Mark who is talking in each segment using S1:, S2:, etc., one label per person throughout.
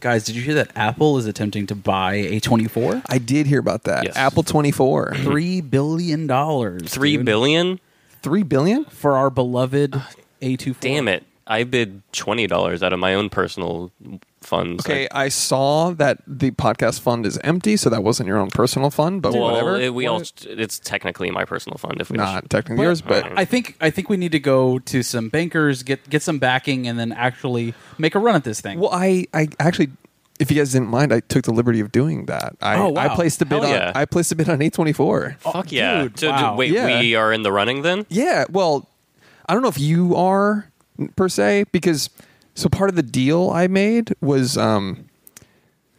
S1: Guys, did you hear that Apple is attempting to buy a 24?
S2: Mm-hmm.
S3: I did hear about that.
S2: Yes.
S3: Apple 24.
S1: Three billion dollars.
S2: Three
S1: dude,
S2: billion?
S3: 3 billion?
S1: for our beloved A24.
S2: Damn it. I bid twenty dollars out of my own personal funds.
S3: Okay, I saw that the podcast fund is empty, so that wasn't your own personal fund, but
S2: I, well,
S3: uh, whatever.
S2: it- we all it's technically my personal fund if we
S3: Not technically yours, but
S1: I think I think we need to go to some bankers, get get some backing, and then actually make a run at this thing.
S3: Well, I, I actually, if you guys didn't mind, I took the liberty of doing that. I,
S1: Oh, wow.
S3: I placed a bid
S2: Hell
S3: on.
S2: yeah.
S3: I placed a bid on eight twenty four.
S2: fuck yeah.
S1: Oh, dude,
S2: so, d-
S1: wow.
S2: wait,
S3: Yeah.
S2: we are in the running then?
S3: Yeah. Well, I don't know if you are per se because so part of the deal I made was um,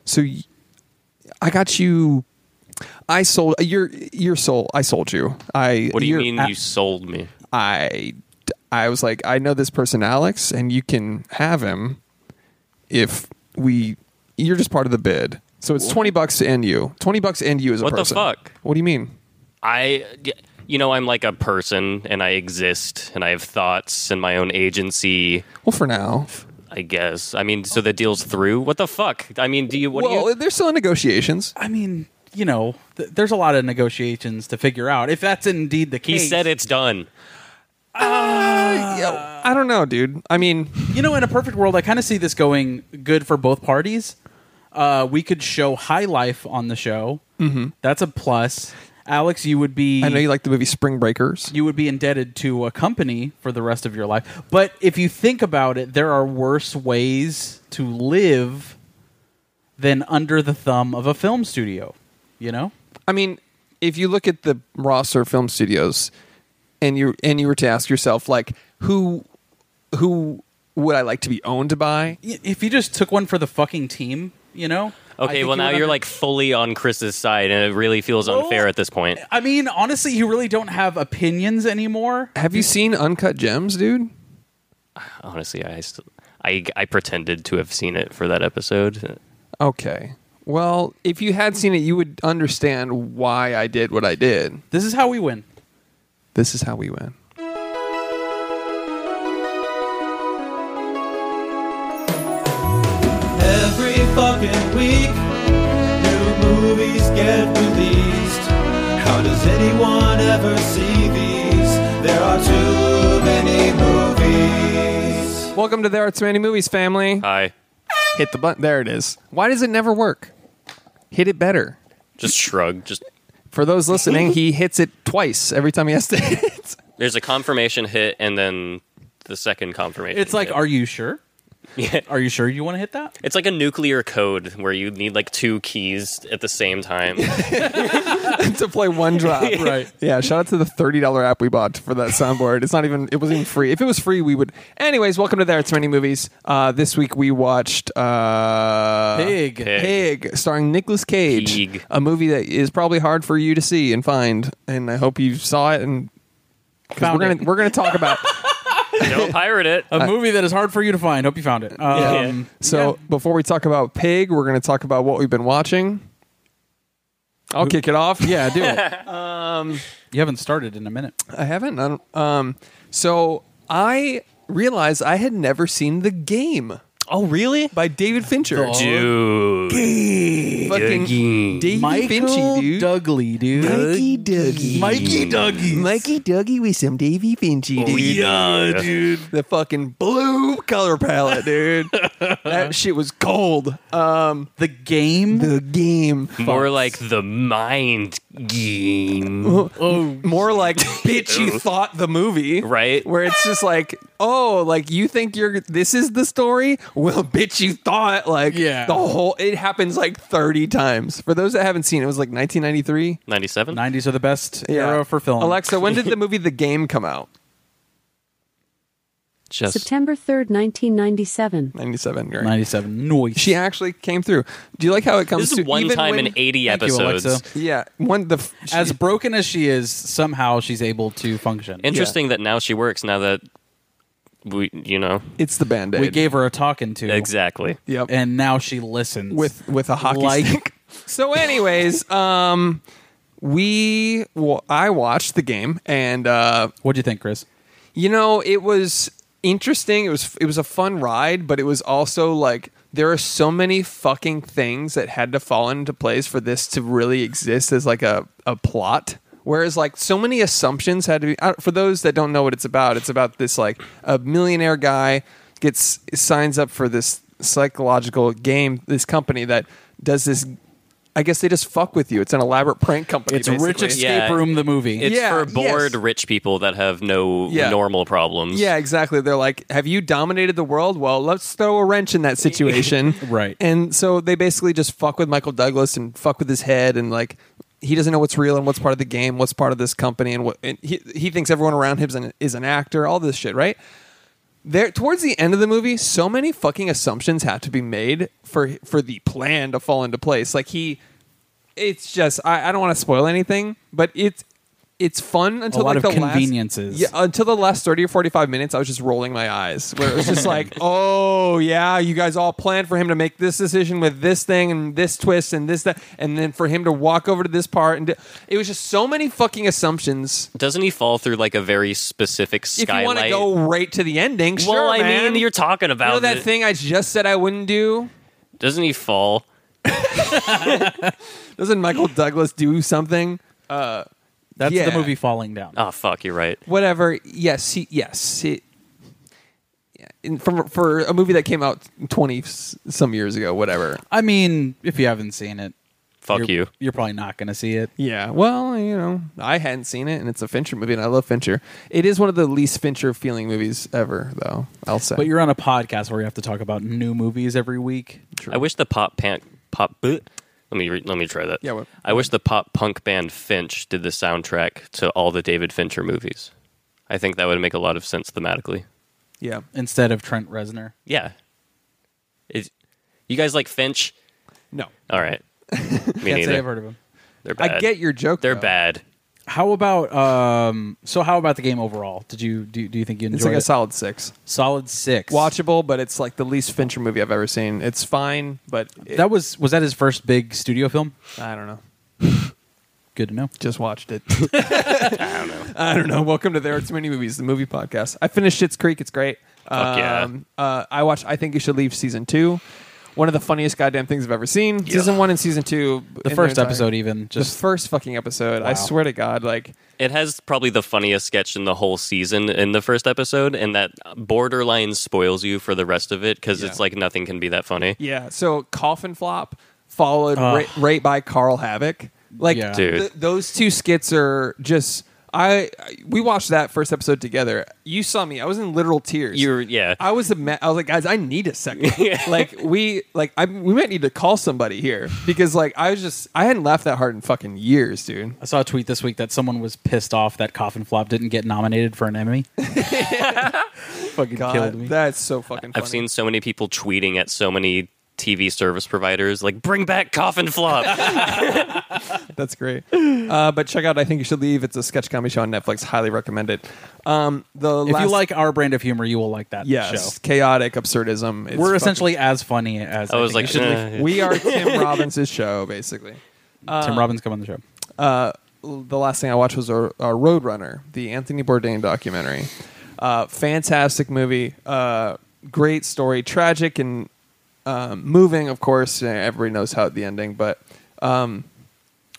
S3: so y- I got you. I sold your your soul. I sold you. I.
S2: What do you
S3: your-
S2: mean you sold me?
S3: I I was like, I know this person, Alex, and you can have him if we. You're just part of the bid, so it's twenty bucks and you. Twenty bucks and you as a
S2: What the
S3: person.
S2: fuck?
S3: What do you mean?
S2: I, you know, I'm like a person and I exist and I have thoughts and my own agency.
S3: Well, for now.
S2: I guess. I mean, so the deal's through. What the fuck? I mean, do you? What
S3: well, uh,
S2: do you?
S3: there's still negotiations.
S1: I mean, you know, th- there's a lot of negotiations to figure out if that's indeed the
S2: He
S1: case.
S2: said it's done.
S3: yeah, I don't know, dude. I mean,
S1: You know, in a perfect world, I kind of see this going good for both parties. Uh, we could show High Life on the show. Mm-hmm. That's a plus. Alex, you would be
S3: I know you like the movie Spring Breakers.
S1: you would be indebted to a company for the rest of your life. But if you think about it, there are worse ways to live than under the thumb of a film studio. You know?
S3: I mean, if you look at the roster of film studios, and you and you were to ask yourself, like, who who would I like to be owned by?
S1: Y- If you just took one for the fucking team, you know? I
S2: Okay,
S1: think you
S2: well now
S1: would
S2: you're
S1: under-
S2: like fully on Chris's side, and it really feels
S1: Well,
S2: unfair at this point.
S1: I mean, honestly, you really don't have opinions anymore.
S3: Have you seen Uncut Gems, dude?
S2: Honestly, I, st- I, I pretended to have seen it for that episode.
S3: Okay. Well, if you had seen it, you would understand why I did what I did.
S1: This is how we win.
S3: This is how we win.
S4: Every fucking week, new movies get released. How does anyone ever see these? There are too many movies.
S3: Welcome to the Arts Many Movies family.
S2: Hi,
S3: Hit the button. There it is. Why does it never work? Hit it better.
S2: just shrug. Just
S3: For those listening, he hits it twice every time he has to hit.
S2: there's a confirmation hit, and then the second confirmation.
S1: It's like,
S2: hit.
S1: are you sure? Are you sure you want to hit that?
S2: It's like a nuclear code where you need like two keys at the same time.
S3: to play one drop.
S1: Right.
S3: Yeah, shout out to the $30 app we bought for that soundboard. It's not even, it wasn't even free. If it was free, we would. Anyways, welcome to the Arts Many Movies. Uh, this week we watched. Uh,
S1: Big.
S3: Pig, starring Nicolas Cage,
S2: Pig.
S3: a movie that is probably hard for you to see and find. And I hope you saw it. And 'cause
S1: Found
S3: we're
S1: it.
S3: gonna we're gonna talk about.
S2: Don't pirate it.
S1: A movie that is hard for you to find. Hope you found it. Um,
S3: so before we talk about Pig, we're gonna talk about what we've been watching. I'll kick it off. Yeah, do it.
S1: You haven't started in a minute.
S3: I haven't. I don't- um, so I realized I had never seen The Game
S2: oh really? Oh,
S3: by David Fincher.
S2: Dude.
S3: Fucking
S2: Game.
S3: Davey Finchie, dude.
S1: Dougley, dude.
S3: Mikey Dougie.
S1: Mikey Dougie.
S3: Mikey Dougie with some Davey Finchie, dude.
S2: Oh, Yeah, dude.
S3: the fucking blue color palette, dude. that shit was cold. Um,
S1: The game.
S3: the game
S2: More like the mind game.
S3: more like bitch you thought the movie,
S2: Right.
S3: Where it's just like, oh, like you think you're this is the story? Well, bitch you thought like
S1: Yeah.
S3: the whole it happens like 30 times. For those that haven't seen, it was like 1993.
S2: 97?
S1: 90s are the best era for film.
S3: Alexa, when did the movie The Game come out?
S2: Just
S5: September 3rd, 1997.
S3: 97. Great.
S1: 97. Noise.
S3: She actually came through. Do you like how it comes
S2: This
S3: to
S2: is one
S3: even
S2: time
S3: when-
S2: in 80
S1: Thank you,
S2: episodes.
S1: Alexa.
S3: Yeah, one the
S1: As
S3: as
S1: broken as she is, somehow she's able to function.
S2: Interesting that now she works now that we, you know,
S3: it's the band aid.
S1: we gave her a talking to.
S2: exactly.
S3: Yep.
S1: And now she listens.
S3: with with a hockey
S1: Like-
S3: stick. So, anyways, um, we well, I watched the game, and uh,
S1: What'd you think, Chris?
S3: you know, it was interesting. It was it was a fun ride, but it was also like there are so many fucking things that had to fall into place for this to really exist as like a a plot. Whereas like so many assumptions had to be I- for those that don't know what it's about. It's about this like a millionaire guy gets signs up for this psychological game, this company that does this. I guess they just fuck with you. It's an elaborate prank company.
S1: It's Rich
S3: basically.
S1: Escape
S2: Yeah.
S1: Room, the movie.
S2: It's
S3: Yeah,
S2: for bored
S3: yes.
S2: rich people that have no
S3: Yeah.
S2: normal problems.
S3: Yeah, exactly. They're like, "Have you dominated the world? Well, let's throw a wrench in that situation."
S1: Right.
S3: And so they basically just fuck with Michael Douglas and fuck with his head and like he doesn't know what's real and what's part of the game, what's part of this company and what and he he thinks everyone around him is an, is an actor, all this shit, right? There towards the end of the movie, so many fucking assumptions had to be made for for the plan to fall into place. Like he it's just I, I don't want to spoil anything, but it's it's fun until
S1: lot
S3: like
S1: of
S3: the last-
S1: conveniences.
S3: yeah, until the last 30 or 45 minutes, I was just rolling my eyes. Where it was just like, oh, yeah, you guys all planned for him to make this decision with this thing and this twist and this, that. And then for him to walk over to this part. And do- it was just so many fucking assumptions.
S2: Doesn't he fall through like a very specific skylight?
S3: If you want to go right to the ending,
S2: well,
S3: sure.
S2: I
S3: man.
S2: mean, you're talking
S3: You
S2: about
S3: know that
S2: it.
S3: thing I just said I wouldn't do?
S2: Doesn't he fall?
S3: Doesn't Michael Douglas do something?
S1: That's
S3: Yeah.
S1: the movie Falling Down.
S2: Oh fuck, you're right.
S3: Whatever. Yes, he, yes. He, yeah, in, from, for a movie that came out 20 s- some years ago, whatever.
S1: I mean, if you haven't seen it,
S2: Fuck
S1: you're,
S2: you.
S1: You're probably not going to see it.
S3: Yeah, well, you know, I hadn't seen it, and it's a Fincher movie, and I love Fincher. It is one of the least Fincher feeling movies ever, though. I'll say.
S1: But you're on a podcast where you have to talk about new movies every week.
S2: I wish the pop punk pop. bleh. Let me re- let me try that.
S3: Yeah, what-
S2: I wish the pop punk band Finch did the soundtrack to all the David Fincher movies. I think that would make a lot of sense thematically.
S3: yeah,
S1: instead of Trent Reznor.
S2: Yeah. Is you guys like Finch?
S3: no,
S2: All right. Me
S1: Can't say
S2: neither.
S1: I've heard of him.
S2: They're bad.
S3: I get your joke.
S2: They're
S3: though.
S2: bad.
S1: How about um? So how about the game overall? Did you do? Do you think you enjoyed
S3: It's like
S1: it?
S3: a solid six,
S1: solid six?
S3: watchable, but it's like the least Fincher movie I've ever seen. It's fine, but it,
S1: That was was that his first big studio film?
S3: I don't know.
S1: Good to know.
S3: Just watched it. I don't know. I don't know. Welcome to There Are Too Many Movies, the movie podcast. I finished Shit's Creek. It's great.
S2: Fuck yeah.
S3: uh, I watched I Think You Should Leave season two. One of the funniest goddamn things I've ever seen. Season one and season two.
S1: The
S3: in their
S1: first
S3: entire-
S1: episode, even
S3: the
S1: just
S3: first fucking episode.
S1: Wow.
S3: I swear to God, like
S2: It has probably the funniest sketch in the whole season in the first episode, and that borderline spoils you for the rest of it because
S3: Yeah.
S2: it's like nothing can be that funny.
S3: yeah. So coffin flop followed right, right by Carl Havoc. Like
S1: Yeah.
S2: Dude.
S3: th- those two skits are just. I I- we watched that first episode together. You saw me. I was in literal tears.
S2: You're yeah.
S3: I was a ma- I was like, guys, I need a second. Like we like I we might need to call somebody here because like I was just I hadn't laughed that hard in fucking years, dude.
S1: I saw a tweet this week that someone was pissed off that Coffin Flop didn't get nominated for an Emmy. Fucking killed me.
S3: That's so fucking. Funny.
S2: I've seen so many people tweeting at so many TV service providers like bring back coffin flop.
S3: That's great. Uh, but check out I Think You Should Leave. It's a sketch comedy show on Netflix. Highly recommend it. Um, the
S1: if
S3: last,
S1: you like our brand of humor, you will like that
S3: yes, chaotic absurdism. It's
S1: show. We're
S3: fucking-
S1: essentially as funny as
S2: I was
S1: think
S2: like,
S1: you should leave.
S2: "Nah."
S3: we are Tim Robbins' show, basically.
S2: "Eh."
S1: Tim Robbins come on the show.
S3: the last thing I watched was uh, uh, Road Runner, the Anthony Bourdain documentary. Uh, fantastic movie, uh, great story, tragic and um, moving. Of course, Uh, everybody knows how the ending, but um,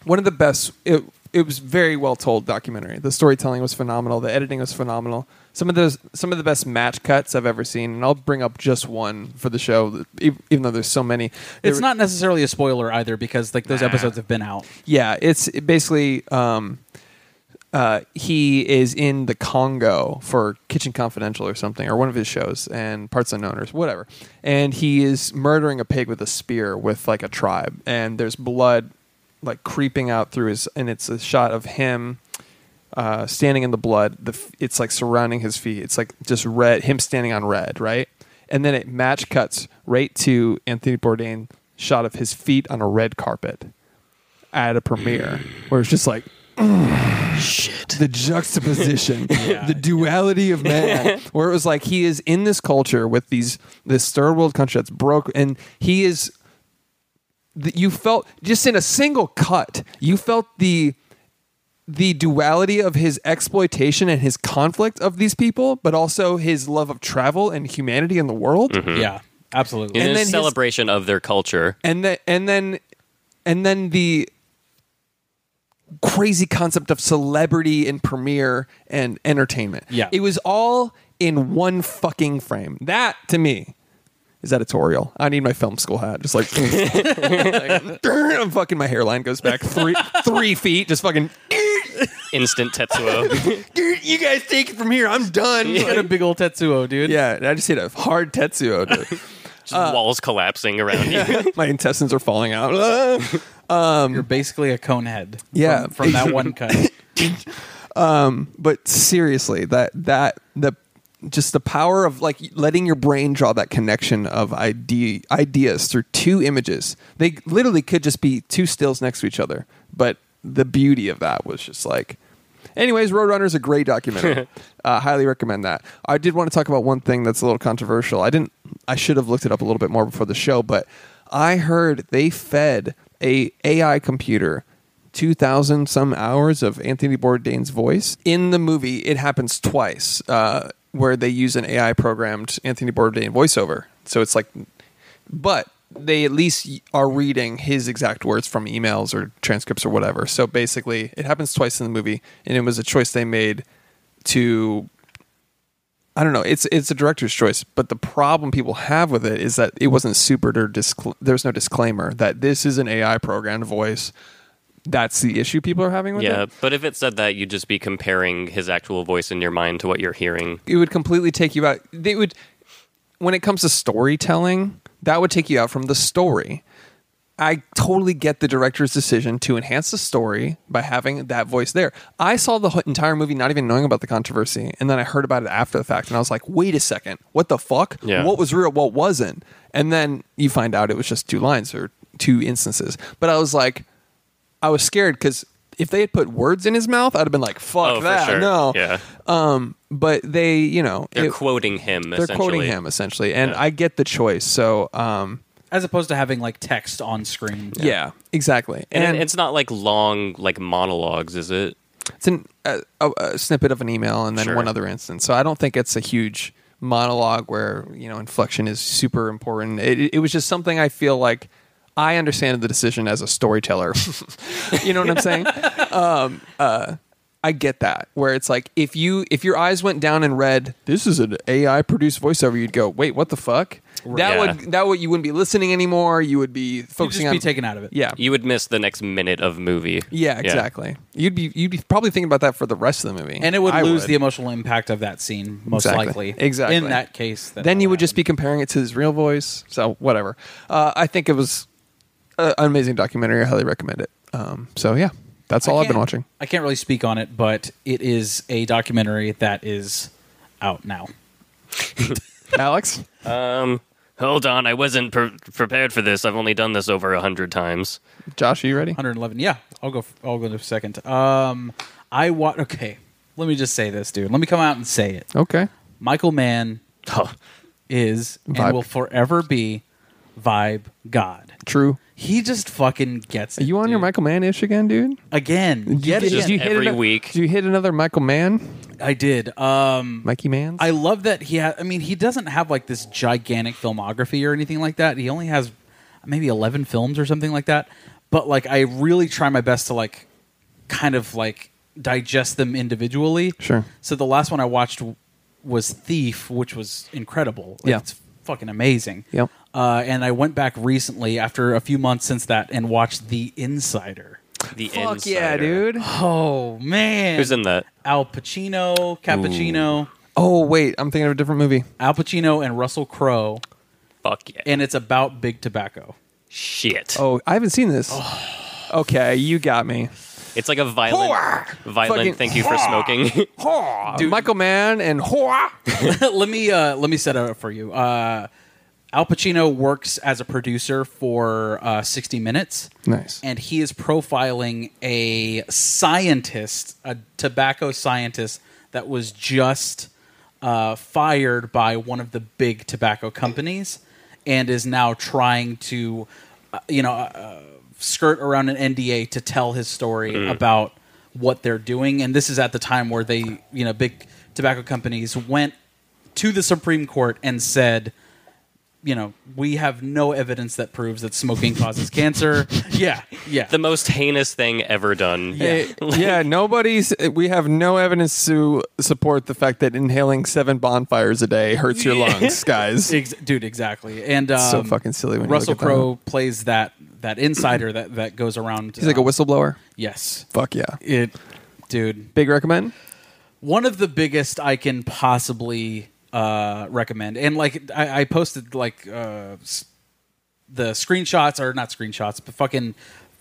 S3: one of the best. It it was very well told documentary. The storytelling was phenomenal. The editing was phenomenal. Some of those, some of the best match cuts I've ever seen, and I'll bring up just one for the show, ev- even though there's so many. There
S1: It's
S3: were-
S1: not necessarily a spoiler either because like those episodes have been out.
S3: Yeah, it's it basically um, uh, he is in the Congo for Kitchen Confidential or something, or one of his shows, and Parts Unknown or whatever. And he is murdering a pig with a spear with like a tribe, and there's blood like creeping out through his, and it's a shot of him. Uh, standing in the blood, the f- it's like surrounding his feet. It's like just red, him standing on red, right? And then it match cuts right to Anthony Bourdain shot of his feet on a red carpet at a premiere where it's just like shit the juxtaposition the duality of man where it was like he is in this culture with these this third world country that's broke and he is th- you felt just in a single cut you felt the the duality of his exploitation and his conflict of these people, but also his love of travel and humanity and the world.
S2: Mm.
S1: Yeah, absolutely.
S2: In
S3: And
S2: a
S3: then his-
S2: celebration of their culture.
S3: and then and then and then the crazy concept of celebrity and premiere and entertainment.
S1: Yeah.
S3: it was all in one fucking frame. That to me is editorial. I need my film school hat. Just like, like, I'm fucking my hairline goes back three three feet. Just fucking.
S2: Instant Tetsuo.
S3: You guys take it from here. I'm done.
S1: You got a big old Tetsuo, dude.
S3: Yeah, and I just hit a hard Tetsuo. dude.
S2: Just
S3: Uh.
S2: walls collapsing around you.
S3: my intestines are falling out.
S1: You're basically a cone head.
S3: Yeah.
S1: From, from that one cut.
S3: but seriously, that that the just the power of like letting your brain draw that connection of idea, ideas through two images. They literally could just be two stills next to each other, but the beauty of that was just like. Anyways, Roadrunner is a great documentary. uh, highly recommend that. I did want to talk about one thing that's a little controversial. I didn't. I should have looked it up a little bit more before the show, but I heard they fed a AI computer 2000 some hours of Anthony Bourdain's voice. In the movie, it happens twice uh, where they use an AI programmed Anthony Bourdain voiceover. So it's like, but they at least are reading his exact words from emails or transcripts or whatever. So basically, it happens twice in the movie, and it was a choice they made to I don't know. It's it's a director's choice, but the problem people have with it is that it wasn't supered or discl- there's no disclaimer that this is an AI programmed voice. That's the issue people are having with
S2: yeah,
S3: it.
S2: but if it said that, you'd just be comparing his actual voice in your mind to what you're hearing.
S3: It would completely take you out. They would when it comes to storytelling, that would take you out from the story. I totally get the director's decision to enhance the story by having that voice there. I saw the whole entire movie not even knowing about the controversy, and then I heard about it after the fact, and I was like, "Wait a second, what the fuck?
S2: Yeah.
S3: What was real? What wasn't?" And then you find out it was just two lines or two instances. But I was like, I was scared because if they had put words in his mouth, I'd have been like, "Fuck
S2: oh,
S3: that,
S2: for sure.
S3: no."
S2: Yeah.
S3: But they, you know,
S2: They're
S3: it-
S2: quoting him,
S3: they're
S2: essentially.
S3: quoting him essentially, and I get the choice. So, um,
S1: As opposed to having like text on screen.
S3: yeah. exactly.
S2: And, it- it's not like long, like monologues, is it?
S3: It's an, a, a, a snippet of an email and then
S2: Sure.
S3: one other instance. So I don't think it's a huge monologue where you know inflection is super important. It, it was just something I feel like I understand the decision as a storyteller. you know what I'm saying? Um, uh, I get that. Where it's like if you if your eyes went down and read this is an AI produced voiceover, you'd go, wait, what the fuck? That
S2: Yeah.
S3: would that would you wouldn't be listening anymore. You would be
S1: You'd
S3: focusing
S1: just be
S3: on
S1: taken out of it.
S3: Yeah,
S2: You would miss the next minute of movie.
S3: yeah, exactly. You'd be you'd be probably thinking about that for the rest of the movie,
S1: And it would
S3: I
S1: lose the emotional impact of that scene, most
S3: Exactly.
S1: likely.
S3: Exactly.
S1: In that case, that
S3: then you
S1: will
S3: would just
S1: happen.
S3: be comparing it to his real voice. So whatever. Uh, I think it was a, an amazing documentary. I highly recommend it. Um, so yeah, that's all I've been
S1: can't-
S3: watching.
S1: I can't really speak on it, but it is a documentary that is out now.
S3: Alex,
S2: Um, hold on, I wasn't pre- prepared for this. I've only done this over a hundred times.
S3: Josh, are you ready?
S1: 111. Yeah, I'll go. I'll go to second. Um, I want. Okay, let me just say this, dude. Let me come out and say it.
S3: Okay.
S1: Michael Mann
S2: Huh.
S1: is
S3: Vibe.
S1: and will forever be vibe god.
S3: True.
S1: He just fucking gets
S3: Are
S1: it.
S3: you on your
S1: dude.
S3: Michael Mann ish again, dude?
S1: again? Yet
S3: Did
S2: Just
S1: again.
S3: you hit
S2: every
S3: another-
S2: week.
S3: Did you hit another Michael Mann?
S1: I did. Um,
S3: Mikey Mann?
S1: I love that he ha I mean, he doesn't have like this gigantic filmography or anything like that. He only has maybe 11 films or something like that. But like, I really try my best to like kind of like digest them individually.
S3: Sure.
S1: So the last one I watched w- was Thief, which was incredible. Like,
S3: Yeah.
S1: It's fucking amazing.
S3: Yep.
S1: Uh, and I went back recently after a few months since that and watched The Insider.
S2: The
S3: Fuck
S2: Insider.
S3: yeah, dude.
S1: Oh, man.
S2: Who's in that?
S1: Al Pacino, Cappuccino.
S3: Oh, wait. I'm thinking of a different movie.
S1: Al Pacino and Russell Crowe,
S2: Fuck yeah.
S1: and it's about big tobacco.
S2: Shit.
S3: Oh, I haven't seen this. Okay, you got me.
S2: It's like a violent, violent.
S3: Fucking-
S2: thank you for smoking.
S3: Dude. Michael Mann and Hoa.
S1: let me uh, let me set it up for you. Uh, Al Pacino works as a producer for uh, 60 Minutes.
S3: Nice.
S1: And he is profiling a scientist, a tobacco scientist that was just uh, fired by one of the big tobacco companies and is now trying
S3: Mm.
S1: to, uh, you know, uh, skirt around an NDA to tell his story about what they're doing. And this is at the time where they, you know, big tobacco companies went to the Supreme Court and said, you know, we have no evidence that proves that smoking causes cancer. Yeah, yeah.
S2: The most heinous thing ever done.
S1: Yeah.
S3: Eh, yeah, nobody's. We have no evidence to support the fact that inhaling seven bonfires a day hurts your lungs, guys.
S1: Ex- dude, exactly. And um,
S3: so fucking silly when you
S1: Russell
S3: look at that.
S1: Crowe plays that that insider that that goes around. uh,
S3: He's like a whistleblower.
S1: Yes,
S3: Fuck yeah.
S1: it, dude.
S3: Big recommend.
S1: One of the biggest I can possibly uh, recommend, and like I, I posted like uh, s- the screenshots or not screenshots, but fucking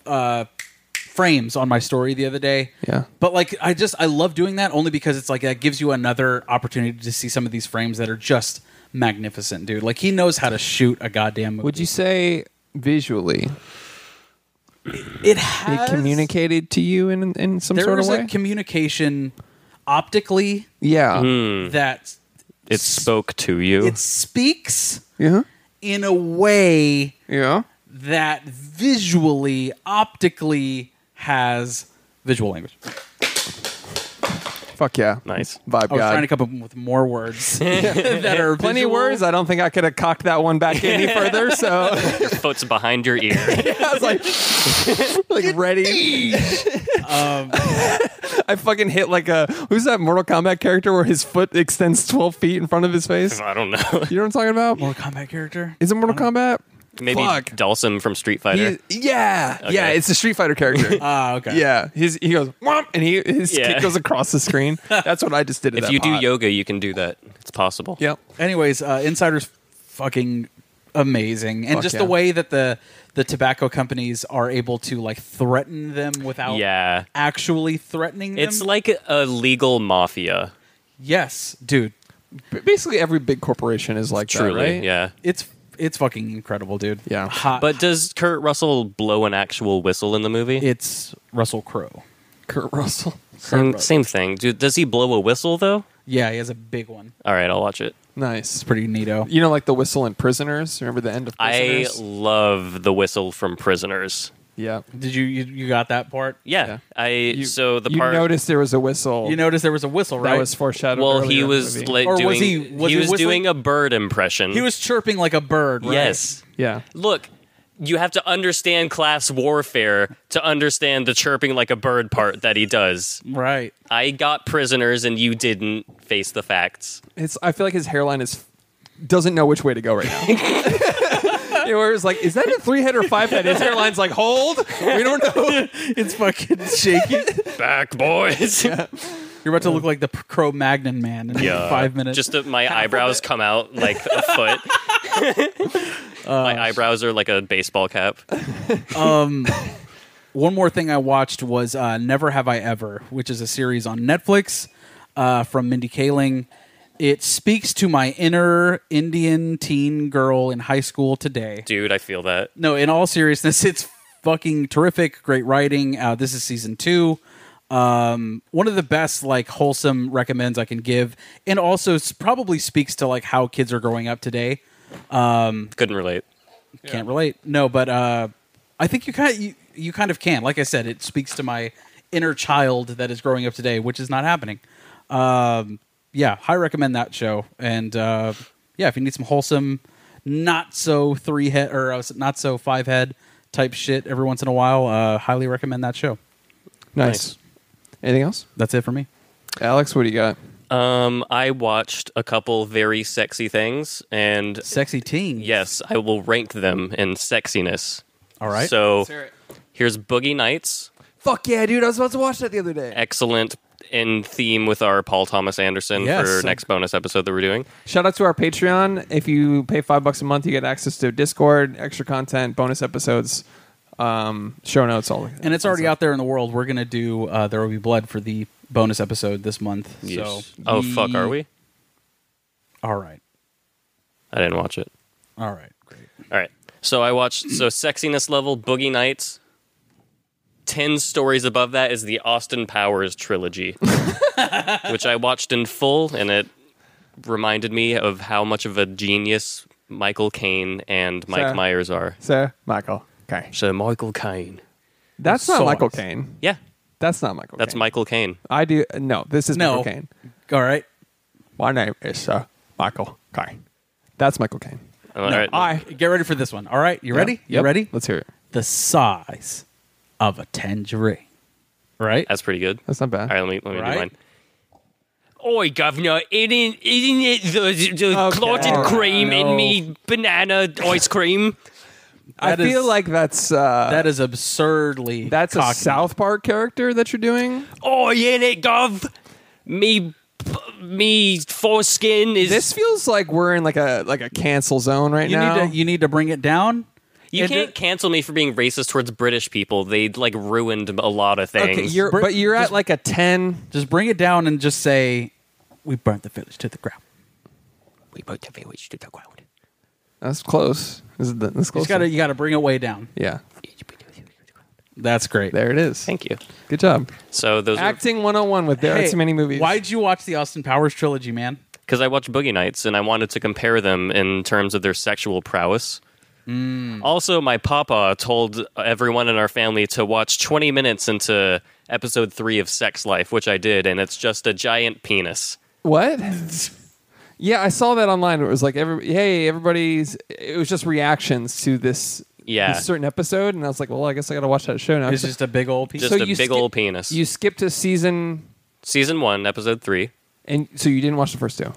S1: uh, frames on my story the other day.
S3: Yeah.
S1: But like I just I love doing that only because it's like that gives you another opportunity to see some of these frames that are just magnificent, dude. Like he knows how to shoot a goddamn movie.
S3: Would you say visually
S1: it
S3: it
S1: has
S3: communicated to you in in some
S1: There
S3: sort of
S1: was
S3: way?
S1: a communication optically
S3: yeah.
S1: Hmm. that
S2: It spoke to you.
S1: it speaks
S3: Yeah.
S1: in a way
S3: Yeah.
S1: that visually, optically has visual language.
S3: Fuck yeah.
S2: nice.
S3: Vibe
S1: I was
S3: god.
S1: trying to come up with more words that are
S3: Plenty of
S1: visual.
S3: words. I don't think I could have cocked that one back any further. So
S2: Your foot's behind your ear.
S3: I was like, like ready. Um, I fucking hit like a who's that Mortal Kombat character where his foot extends twelve feet in front of his face.
S2: I don't know.
S3: You know what I'm talking about?
S1: Mortal Kombat character.
S3: Is it Mortal Kombat?
S2: Maybe
S3: Fuck.
S2: Dalsum from Street Fighter.
S3: He- yeah, yeah. It's a Street Fighter character.
S1: Ah, okay.
S3: yeah, his he goes Womp, and he his
S2: Yeah.
S3: kick goes across the screen. That's what I just did. to
S2: if
S3: that
S2: you do
S3: pot.
S2: yoga, you can do that. It's possible.
S3: yep.
S1: Anyways, uh, Insider's fucking amazing, and
S3: Fuck
S1: just
S3: yeah.
S1: the way that the the tobacco companies are able to like threaten them without
S2: Yeah.
S1: actually threatening them.
S2: It's like a legal mafia.
S1: yes, dude,
S3: B- Basically, every big corporation is like
S2: Truly.
S3: that, right?
S2: Yeah.
S1: it's it's fucking incredible, dude.
S3: Yeah.
S1: Hot,
S2: But does Kurt Russell blow an actual whistle in the movie?
S1: it's Russell Crowe.
S3: Kurt Russell.
S2: same, same thing. Dude, does he blow a whistle though?
S1: Yeah, he has a big one.
S2: All right, I'll watch it.
S3: Nice.
S1: Pretty neato.
S3: You know, like the whistle in Prisoners. Remember the end of
S2: I
S3: Prisoners?
S2: love the whistle from Prisoners.
S3: yeah.
S1: Did you, you you got that part?
S2: Yeah,
S3: Yeah.
S2: I
S3: You-
S2: so the
S3: you
S2: part
S3: noticed there was a whistle.
S1: You noticed there was a whistle, right?
S3: that was foreshadowed.
S2: well
S3: earlier in
S2: he
S3: the
S2: was
S3: movie.
S2: like
S1: Or was
S2: doing
S1: he- was he
S2: was
S1: whistling?
S2: doing a bird impression.
S1: he was chirping like a bird. Right?
S2: yes.
S3: yeah.
S2: Look, you have to understand class warfare to understand the chirping like a bird part that he does.
S1: right.
S2: I got prisoners and you didn't face the facts.
S3: It's. I feel like his hairline is doesn't know which way to go right now. You know, where it's like, is that a three head or five head? His hairline's like, hold. We don't know.
S1: It's fucking shaky.
S2: Back boys. Yeah.
S1: You're about to look like the Crow Magnon man in five minutes.
S2: Just uh, my eyebrows come out like a foot. my eyebrows are like a baseball cap.
S1: One more thing I watched was uh, Never Have I Ever, which is a series on Netflix uh, from Mindy Kaling. It speaks to my inner Indian teen girl in high school today.
S2: Dude, I feel that.
S1: no, in all seriousness, it's fucking terrific. Great writing. Uh, this is season two. Um, one of the best, like, wholesome recommends I can give, and also s- probably speaks to like how kids are growing up today.
S2: Couldn't relate.
S1: Can't relate. No, but uh, I think you kind of, you, you kind of can. Like I said, it speaks to my inner child that is growing up today, which is not happening. Um, yeah, I recommend that show. And uh, yeah, if you need some wholesome, not so three head or uh, not so five head type shit every once in a while, uh, highly recommend that show.
S3: Nice. Anything else,
S1: That's it for me.
S3: Alex? What do you got?
S2: Um, I watched a couple very sexy things, and
S1: Sexy teen.
S2: yes, I will rank them in sexiness.
S1: All right.
S2: So here's Boogie Nights.
S3: Fuck yeah, dude! I was about to watch that the other day.
S2: Excellent in theme with our Paul Thomas Anderson
S1: Yes.
S2: for next bonus episode that we're doing.
S3: Shout out to our Patreon. If you pay five bucks a month, you get access to Discord, extra content, bonus episodes, um, show notes, all.
S1: and it's already out there in the world. We're gonna do uh, "There Will Be Blood" for the bonus episode this month.
S2: Yes.
S1: So,
S2: oh fuck, are we?
S1: all right,
S2: I didn't watch it.
S1: all right, great.
S2: All right. So I watched so sexiness level Boogie Nights. Ten stories above that is the Austin Powers trilogy, which I watched in full, and it reminded me of how much of a genius Michael Caine and Mike
S3: Fair.
S2: Myers are.
S3: So Michael, okay,
S2: So Michael Caine,
S3: that's not
S1: Sauce.
S3: Michael Caine.
S2: yeah,
S3: That's not Michael.
S2: That's
S3: Caine.
S2: Michael Caine.
S3: I do no. This is
S1: No.
S3: Michael Caine.
S1: All right.
S3: My name is uh, Michael Caine. That's Michael Caine.
S2: All right.
S3: I
S1: Get ready for this one. All right. You ready? You
S3: Yep.
S1: ready?
S3: Let's hear it.
S1: The size of a tangerine. Right?
S2: That's pretty good.
S3: That's not bad.
S2: All right, let me let me
S1: Right?
S2: do mine. Oi, governor, isn't, isn't it the, the
S3: Okay. Oh,
S2: clotted cream
S1: No.
S2: in me banana ice cream?
S3: I
S1: That is-
S3: feel like that's uh,
S1: that is absurdly.
S3: that's a
S1: cockney.
S3: South Park character that you're doing.
S2: Oi, in it, gov. Me, me foreskin is.
S3: This feels like we're in like a like a cancel zone right
S1: You
S3: now.
S1: need to you need to bring it down.
S2: you
S1: it-
S2: can't cancel me for being racist towards British people. They like ruined a lot of things.
S3: okay, you're,
S1: Br-
S3: but you're at like a ten.
S1: Just bring it down and just say, "We burnt the village to the ground."
S2: we both the village to the ground.
S3: That's close. This is the, that's
S1: You
S3: close.
S1: got to you got to bring it way down.
S3: yeah,
S1: That's great.
S3: there it is.
S2: Thank you.
S3: Good job.
S2: So those
S3: Acting 101 with there
S1: Hey,
S3: are too many movies.
S1: Why'd you watch the Austin Powers trilogy, man?
S2: because I watched Boogie Nights and I wanted to compare them in terms of their sexual prowess.
S3: Mm.
S2: Also, my papa told everyone in our family to watch 20 minutes into episode three of Sex Life, which I did, and it's just a giant penis.
S3: What? yeah, I saw that online. It was like, every, hey, everybody's. It was just reactions to this,
S2: Yeah.
S3: this certain episode, and I was like, well, I guess I got to watch that show now.
S1: It's just a big old piece.
S2: Just
S3: So
S2: a
S3: you
S2: big
S3: skip-
S2: old penis.
S3: you skipped a season,
S2: Season one, episode three.
S3: and so you didn't watch the first two.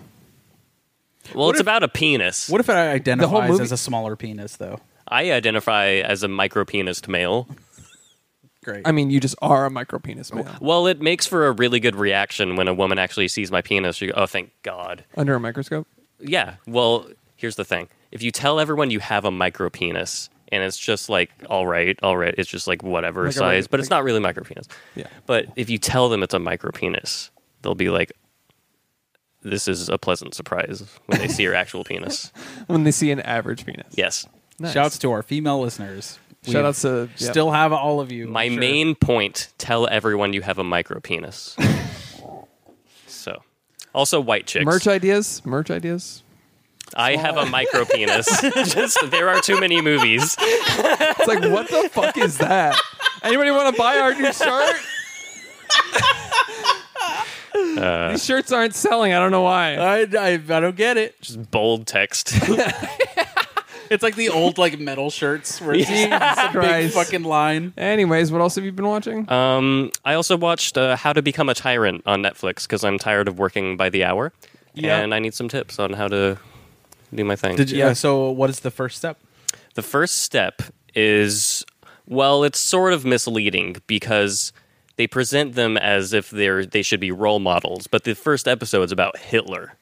S2: Well, it's about a penis.
S1: what if it identifies
S3: movie-
S1: as a smaller penis, though?
S2: I identify as a micropenised male.
S1: Great.
S3: I mean, you just are a micro penis man
S2: Well, it makes for a really good reaction when a woman actually sees my penis. She go, oh, thank God.
S3: under a microscope.
S2: Yeah. Well, here's the thing. If you tell everyone you have a micro penis and it's just like, all right, all right, it's just like whatever
S3: Like a
S2: size,
S3: regu-
S2: but it's not really micro penis.
S3: Yeah.
S2: But if you tell them it's a micro penis, they'll be like, this is a pleasant surprise when they see your actual penis.
S3: When they see an average penis.
S2: Yes.
S3: Nice.
S1: Shouts to our female listeners. We
S3: Shout outs to- yeah.
S1: still have all of you.
S2: My
S1: I'm sure.
S2: main point tell everyone you have a micro penis. so. Also, white chicks.
S3: merch ideas. Merch ideas.
S2: I have a micro penis. Just there are too many movies.
S3: It's like, what the fuck is that? Anybody want to buy our new shirt? These shirts aren't selling. I don't know why.
S1: I, I I don't get it.
S2: Just bold text.
S1: It's like the old like metal shirts where it's a big
S3: Christ.
S1: fucking line.
S3: Anyways, what else have you been watching?
S2: Um, I also watched uh, How to Become a Tyrant on Netflix because I'm tired of working by the hour,
S1: Yeah.
S2: and I need some tips on how to do my thing.
S1: Did you,
S3: Yeah.
S1: uh, so what is the first step?
S2: the first step is well, it's sort of misleading because they present them as if they're they should be role models, but the first episode's about Hitler,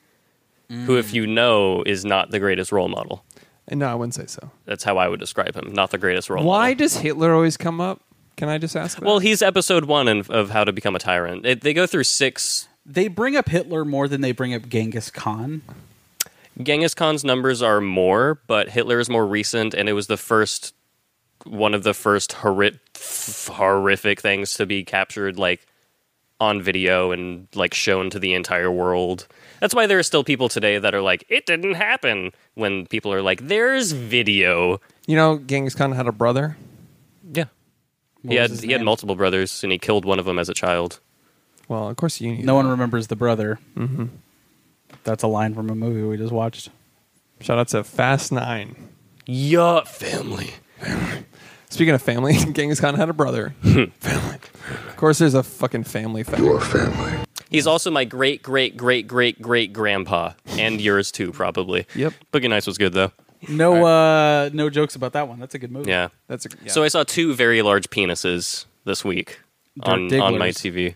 S2: who, if you know, is not the greatest role model.
S3: Uh, No, I wouldn't say so.
S2: That's how I would describe him. Not the greatest role model.
S3: Why does Hitler always come up? Can I just ask? That?
S2: Well, he's episode one in, of How to Become a Tyrant. It, they go through six
S1: They bring up Hitler more than they bring up Genghis Khan.
S2: Genghis Khan's numbers are more, but Hitler is more recent, and it was the first one of the first horri- horrific things to be captured like on video and like shown to the entire world. That's why there are still people today that are like, "It didn't happen." When people are like, "There's video,"
S3: you know, Genghis Khan had a brother.
S2: yeah,
S1: was
S2: he had
S1: his
S2: he had
S1: name?
S2: multiple brothers, and he killed one of them as a child.
S3: Well, of course you knew.
S1: No one remembers the brother. Mm-hmm. That's a line from a movie we just watched.
S3: Shout out to Fast Nine.
S2: Yeah, family.
S3: Speaking of family, Genghis Khan had a brother. family. Of course, there's a fucking family fact.
S2: He's also my great great great great great grandpa, and yours too, probably.
S3: Yep.
S2: Boogie Nights was good though.
S1: No, uh, no jokes about that one. That's a good movie.
S2: Yeah.
S3: That's a, yeah.
S2: So I saw two very large penises this week
S1: They're
S2: on, on my
S1: digglers.
S2: TV.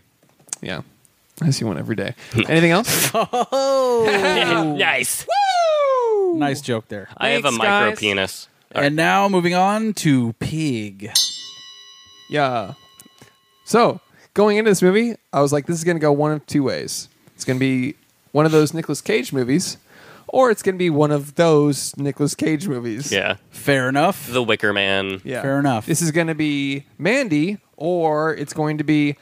S3: yeah. I see one every day. Anything else?
S2: nice.
S1: Nice joke there.
S2: I have a
S3: Thanks,
S2: micro
S3: guys.
S2: penis.
S1: And now moving on to Pig.
S3: Yeah. So going into this movie, I was like, this is going to go one of two ways. It's going to be one of those Nicolas Cage movies, or it's going to be one of those Nicolas Cage movies.
S2: Yeah.
S1: Fair enough.
S2: The Wicker Man.
S3: Yeah.
S1: Fair enough.
S3: This is going to be Mandy, or it's going to be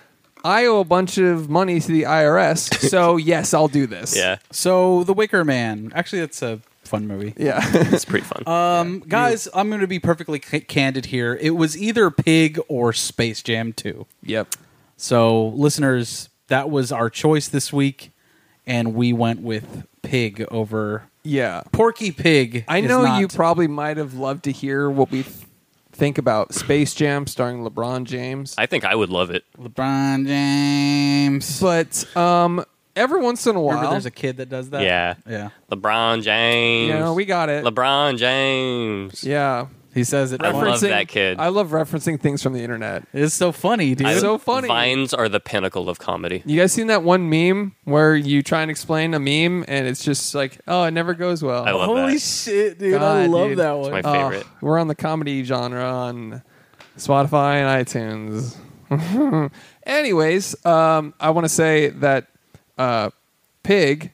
S3: I owe a bunch of money to the IRS, so yes, I'll do this.
S2: Yeah.
S1: so the Wicker Man. Actually, that's a fun movie.
S3: Yeah.
S2: It's pretty fun.
S3: Uh,
S1: Um, guys, I'm going to be perfectly c- candid here. It was either Pig or Space Jam 2.
S3: yep.
S1: So, listeners, that was our choice this week, and we went with Pig over
S3: Yeah.
S1: Porky Pig.
S3: I
S1: is
S3: know
S1: not-
S3: you probably might have loved to hear what we th- think about Space Jam starring LeBron James.
S2: I think I would love it.
S1: LeBron James.
S3: but um, every once in a
S1: Remember,
S3: while,
S1: there's a kid that does that.
S2: Yeah.
S1: yeah.
S2: LeBron James.
S3: you know, we got it.
S2: LeBron James.
S3: yeah.
S1: He says it.
S2: I
S1: all-
S2: love that kid.
S3: I love referencing things from the internet.
S1: It's so funny, dude.
S2: I-
S3: so funny.
S2: Vines are the pinnacle of comedy.
S3: You guys seen that one meme where you try and explain a meme and it's just like, oh, it never goes well.
S2: I love
S1: Holy
S2: that.
S1: shit, dude! I
S3: God,
S1: love
S3: dude.
S1: that
S3: It's
S1: one.
S2: my
S3: Oh,
S2: favorite.
S3: we're on the comedy genre on Spotify and iTunes. Anyways, um, I want to say that uh, Pig,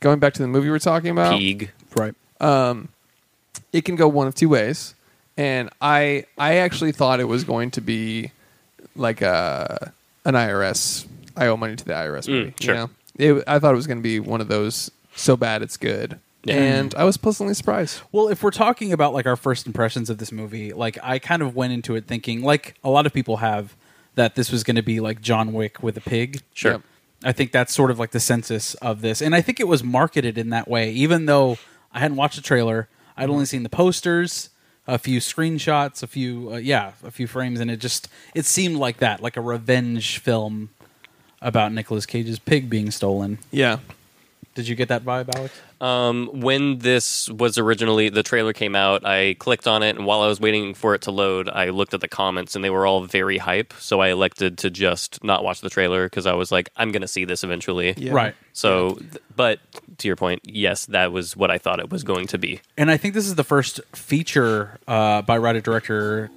S3: going back to the movie we're talking about,
S2: Peeg.
S1: right.
S3: it can go one of two ways. And I, I actually thought it was going to be like a an IRS. I owe money to the IRS movie.
S2: Mm, sure.
S3: You know? it, I thought it was going to be one of those so bad it's good.
S2: Yeah.
S3: And I was pleasantly surprised.
S1: Well, if we're talking about like our first impressions of this movie, like I kind of went into it thinking, like a lot of people have, that this was going to be like John Wick with a pig.
S2: Sure.
S3: Yep.
S1: I think that's sort of like the census of this, and I think it was marketed in that way. Even though I hadn't watched the trailer, I'd only seen the posters, a few screenshots, a few uh, yeah, a few frames, and it just it seemed like that, like a revenge film about Nicolas Cage's pig being stolen.
S3: Yeah.
S1: Did you get that vibe, Alex?
S2: Um, when this was originally the trailer came out, I clicked on it, and while I was waiting for it to load, I looked at the comments, and they were all very hype. So I elected to just not watch the trailer because I was like, I'm gonna see this eventually.
S3: Yeah.
S1: Right.
S2: So, th- but to your point, yes, that was what I thought it was going to be.
S1: And I think this is the first feature uh, by writer director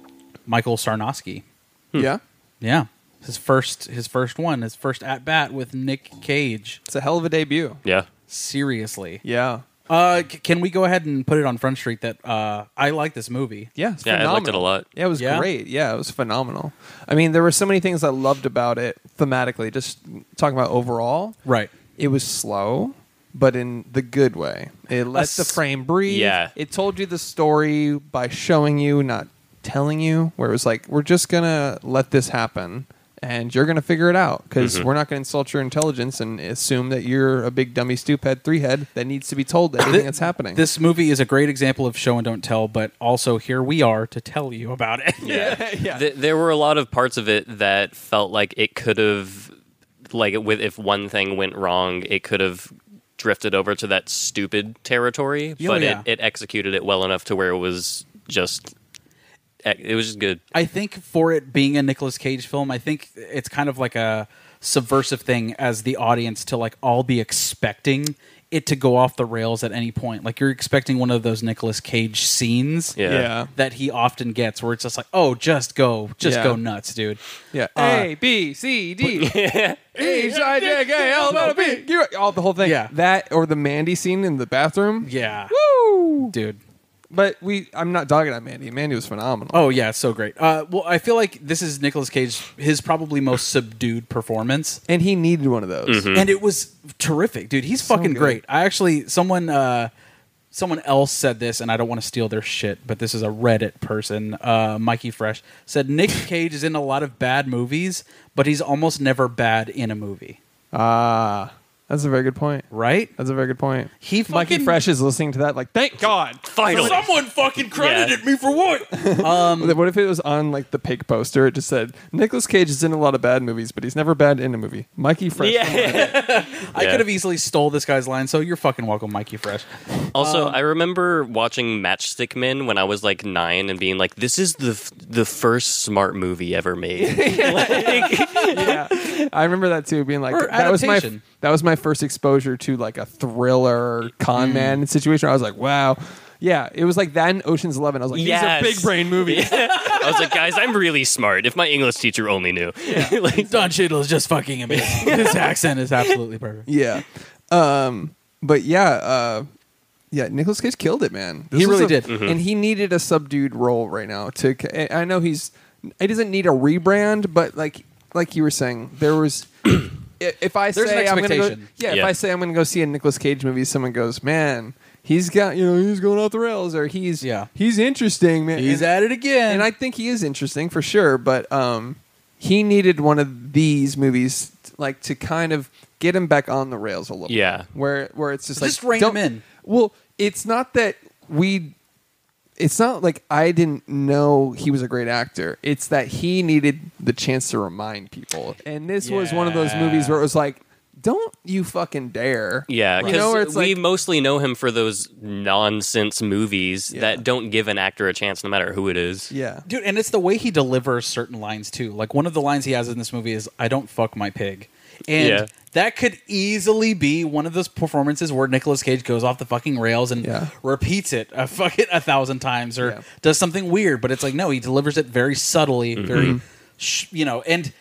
S1: Michael Sarnowski.
S2: Hmm.
S3: Yeah.
S1: Yeah, his first his first one, his first at bat with Nick Cage.
S3: It's a hell of a debut.
S2: Yeah.
S1: Seriously,
S3: Yeah.
S1: uh, c- can we go ahead and put it on Front Street that uh, I like this movie?
S3: Yeah, it's
S2: Yeah, I
S3: phenomenal.
S2: liked it a lot.
S3: Yeah, it was
S1: Yeah?
S3: great. Yeah, it was phenomenal. I mean, there were so many things I loved about it thematically. Just talking about overall,
S1: Right.
S3: it was slow, but in the good way. It let
S1: s-
S3: the frame breathe.
S2: Yeah.
S3: it told you the story by showing you, not telling you. Where it was like, we're just gonna let this happen, and you're gonna figure it out because we're not gonna insult your intelligence and assume that you're a big dummy, stupid three head that needs to be told everything that's happening.
S1: This movie is a great example of show and don't tell, but also here we are to tell you about it.
S2: yeah. Th- there were a lot of parts of it that felt like it could have, like, with if one thing went wrong, it could have drifted over to that stupid territory.
S1: Yeah,
S2: but
S1: yeah.
S2: it, it executed it well enough to where it was just, e, it was just good.
S1: I think for it being a Nicolas Cage film, I think it's kind of like a subversive thing as the audience to like all be expecting it to go off the rails at any point. Like you're expecting one of those Nicolas Cage scenes
S2: Yeah.
S3: yeah,
S1: that he often gets where it's just like, "Oh, just go. Just
S3: Yeah.
S1: go nuts, dude."
S3: Yeah.
S1: Uh,
S3: a B C D E, H I J K L M N O P Q, R, all the whole thing.
S1: Yeah.
S3: That or the Mandy scene in the bathroom.
S1: Yeah.
S3: Woo!
S1: Dude.
S3: But we I'm not dogging on Mandy. Mandy was phenomenal.
S1: Oh yeah, so great. Uh, well, I feel like this is Nicolas Cage his probably most subdued performance.
S3: And he needed one of those.
S2: Hmm.
S1: and it was terrific, dude. He's fucking
S3: good.
S1: great. I actually someone uh, someone else said this, and I don't want to steal their shit, but this is a Reddit person, uh, Mikey Fresh said Nick Cage is in a lot of bad movies, but he's almost never bad in a movie,
S3: Ah. that's a very good point.
S1: right?
S3: That's a very good point.
S1: He
S3: Mikey
S1: fucking-
S3: Fresh is listening to that like, thank God.
S2: Finally.
S1: fucking
S2: credited
S1: me for what?
S3: what if it was on like the pig poster? It just said, Nicholas Cage is in a lot of bad movies, but he's never bad in a movie. Mikey Fresh.
S2: Yeah.
S1: I
S2: Yeah.
S1: could have easily stole this guy's line, so you're fucking welcome, Mikey Fresh.
S2: Also,
S1: Um,
S2: I remember watching Matchstick Men when I was like nine and being like, "This is the f- the first smart movie ever made."
S3: yeah, I remember that too. Being like,
S1: Or
S3: that was my
S1: adaptation.
S3: that was my first exposure to like a thriller con
S1: Mm.
S3: man situation. I was like, wow, yeah, it was like that in Ocean's Eleven. I was like, these
S2: Yes.
S3: are big brain movies.
S2: I was like, "Guys, I'm really smart. If my English teacher only knew." like,
S1: Don Cheadle is just fucking amazing. His accent is absolutely perfect.
S3: yeah, um, but yeah, uh, yeah, Nicholas Cage killed it, man.
S1: He
S3: was
S1: really
S3: a-
S1: did. Mhm.
S3: and he needed a subdued role right now. To ca- I know he's he doesn't need a rebrand, but like like you were saying, there was. i- If I
S1: There's an
S3: say I'm gonna go,
S1: expectation.
S3: yeah, if
S2: Yeah.
S3: I say I'm gonna go see a Nicolas Cage movie, someone goes, man, he's got you know he's going off the rails, or he's
S1: Yeah.
S3: he's interesting, man,
S1: He's
S3: and,
S1: at it again.
S3: and I think he is interesting for sure, but um, he needed one of these movies like to kind of get him back on the rails a little. bit.
S2: Yeah.
S3: where where it's just like
S1: Just rein
S3: don't-
S1: him in.
S3: Well, it's not that we. It's not like I didn't know he was a great actor. It's that he needed the chance to remind people, and this was one of those movies where it was like, "Don't you fucking dare!"
S2: Yeah,
S3: you know, where it's
S2: because we
S3: like,
S2: mostly know him for those nonsense movies that don't give an actor a chance, no matter who it is.
S3: yeah,
S1: Dude, and it's the way he delivers certain lines too. Like one of the lines he has in this movie is "I don't fuck my pig," and
S2: Yeah.
S1: that could easily be one of those performances where Nicolas Cage goes off the fucking rails and
S3: Yeah.
S1: repeats it a fucking a thousand times or
S3: Yeah.
S1: does something weird. But it's like no, he delivers it very subtly, very sh- you know. And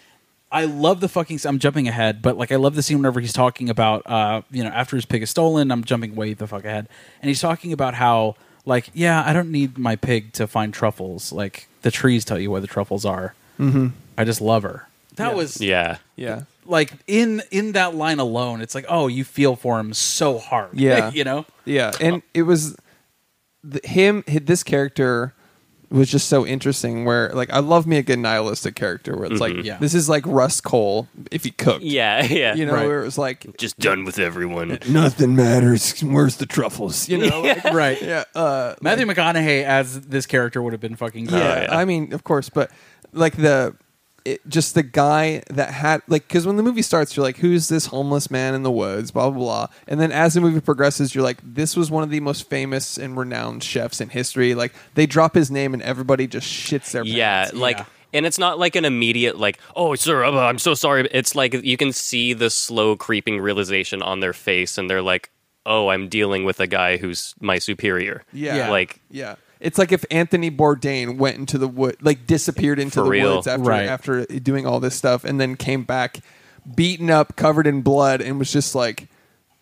S1: I love the fucking. I'm jumping ahead, but like I love the scene whenever he's talking about uh you know after his pig is stolen. I'm jumping way the fuck ahead, and he's talking about how like yeah, I don't need my pig to find truffles. Like the trees tell you where the truffles are. Mm-hmm. I just love her. That was
S2: Yeah.
S3: yeah.
S1: like in in that line alone, it's like oh, you feel for him so hard.
S3: Yeah.
S1: you know.
S3: Yeah, and it was th- him. hi- This character was just so interesting. Where like I love me a good nihilistic character. Where it's like
S1: Yeah.
S3: this is like Russ Cole if he cooked.
S2: Yeah. Yeah.
S3: you know
S1: Right.
S3: where it was like
S2: Just done with everyone.
S3: nothing matters. Where's the truffles? You know. like,
S1: Right.
S3: yeah. Uh,
S1: Matthew McConaughey as this character would have been fucking great.
S3: yeah,
S2: Oh, yeah.
S3: I mean, of course, but like the. It, just the guy that had like because when the movie starts you're like who's this homeless man in the woods blah blah blah and then as the movie progresses you're like this was one of the most famous and renowned chefs in history like they drop his name and everybody just shits their pants.
S2: Yeah, like,
S1: yeah.
S2: and it's not like an immediate like, oh, sir, I'm, I'm so sorry. It's like you can see the slow creeping realization on their face, and they're like, oh, I'm dealing with a guy who's my superior.
S3: Yeah.
S1: Yeah.
S2: like
S3: yeah it's like if Anthony Bourdain went into the wood like disappeared into
S2: For
S3: the
S2: real.
S3: woods after
S1: Right.
S3: after doing all this stuff and then came back beaten up covered in blood and was just like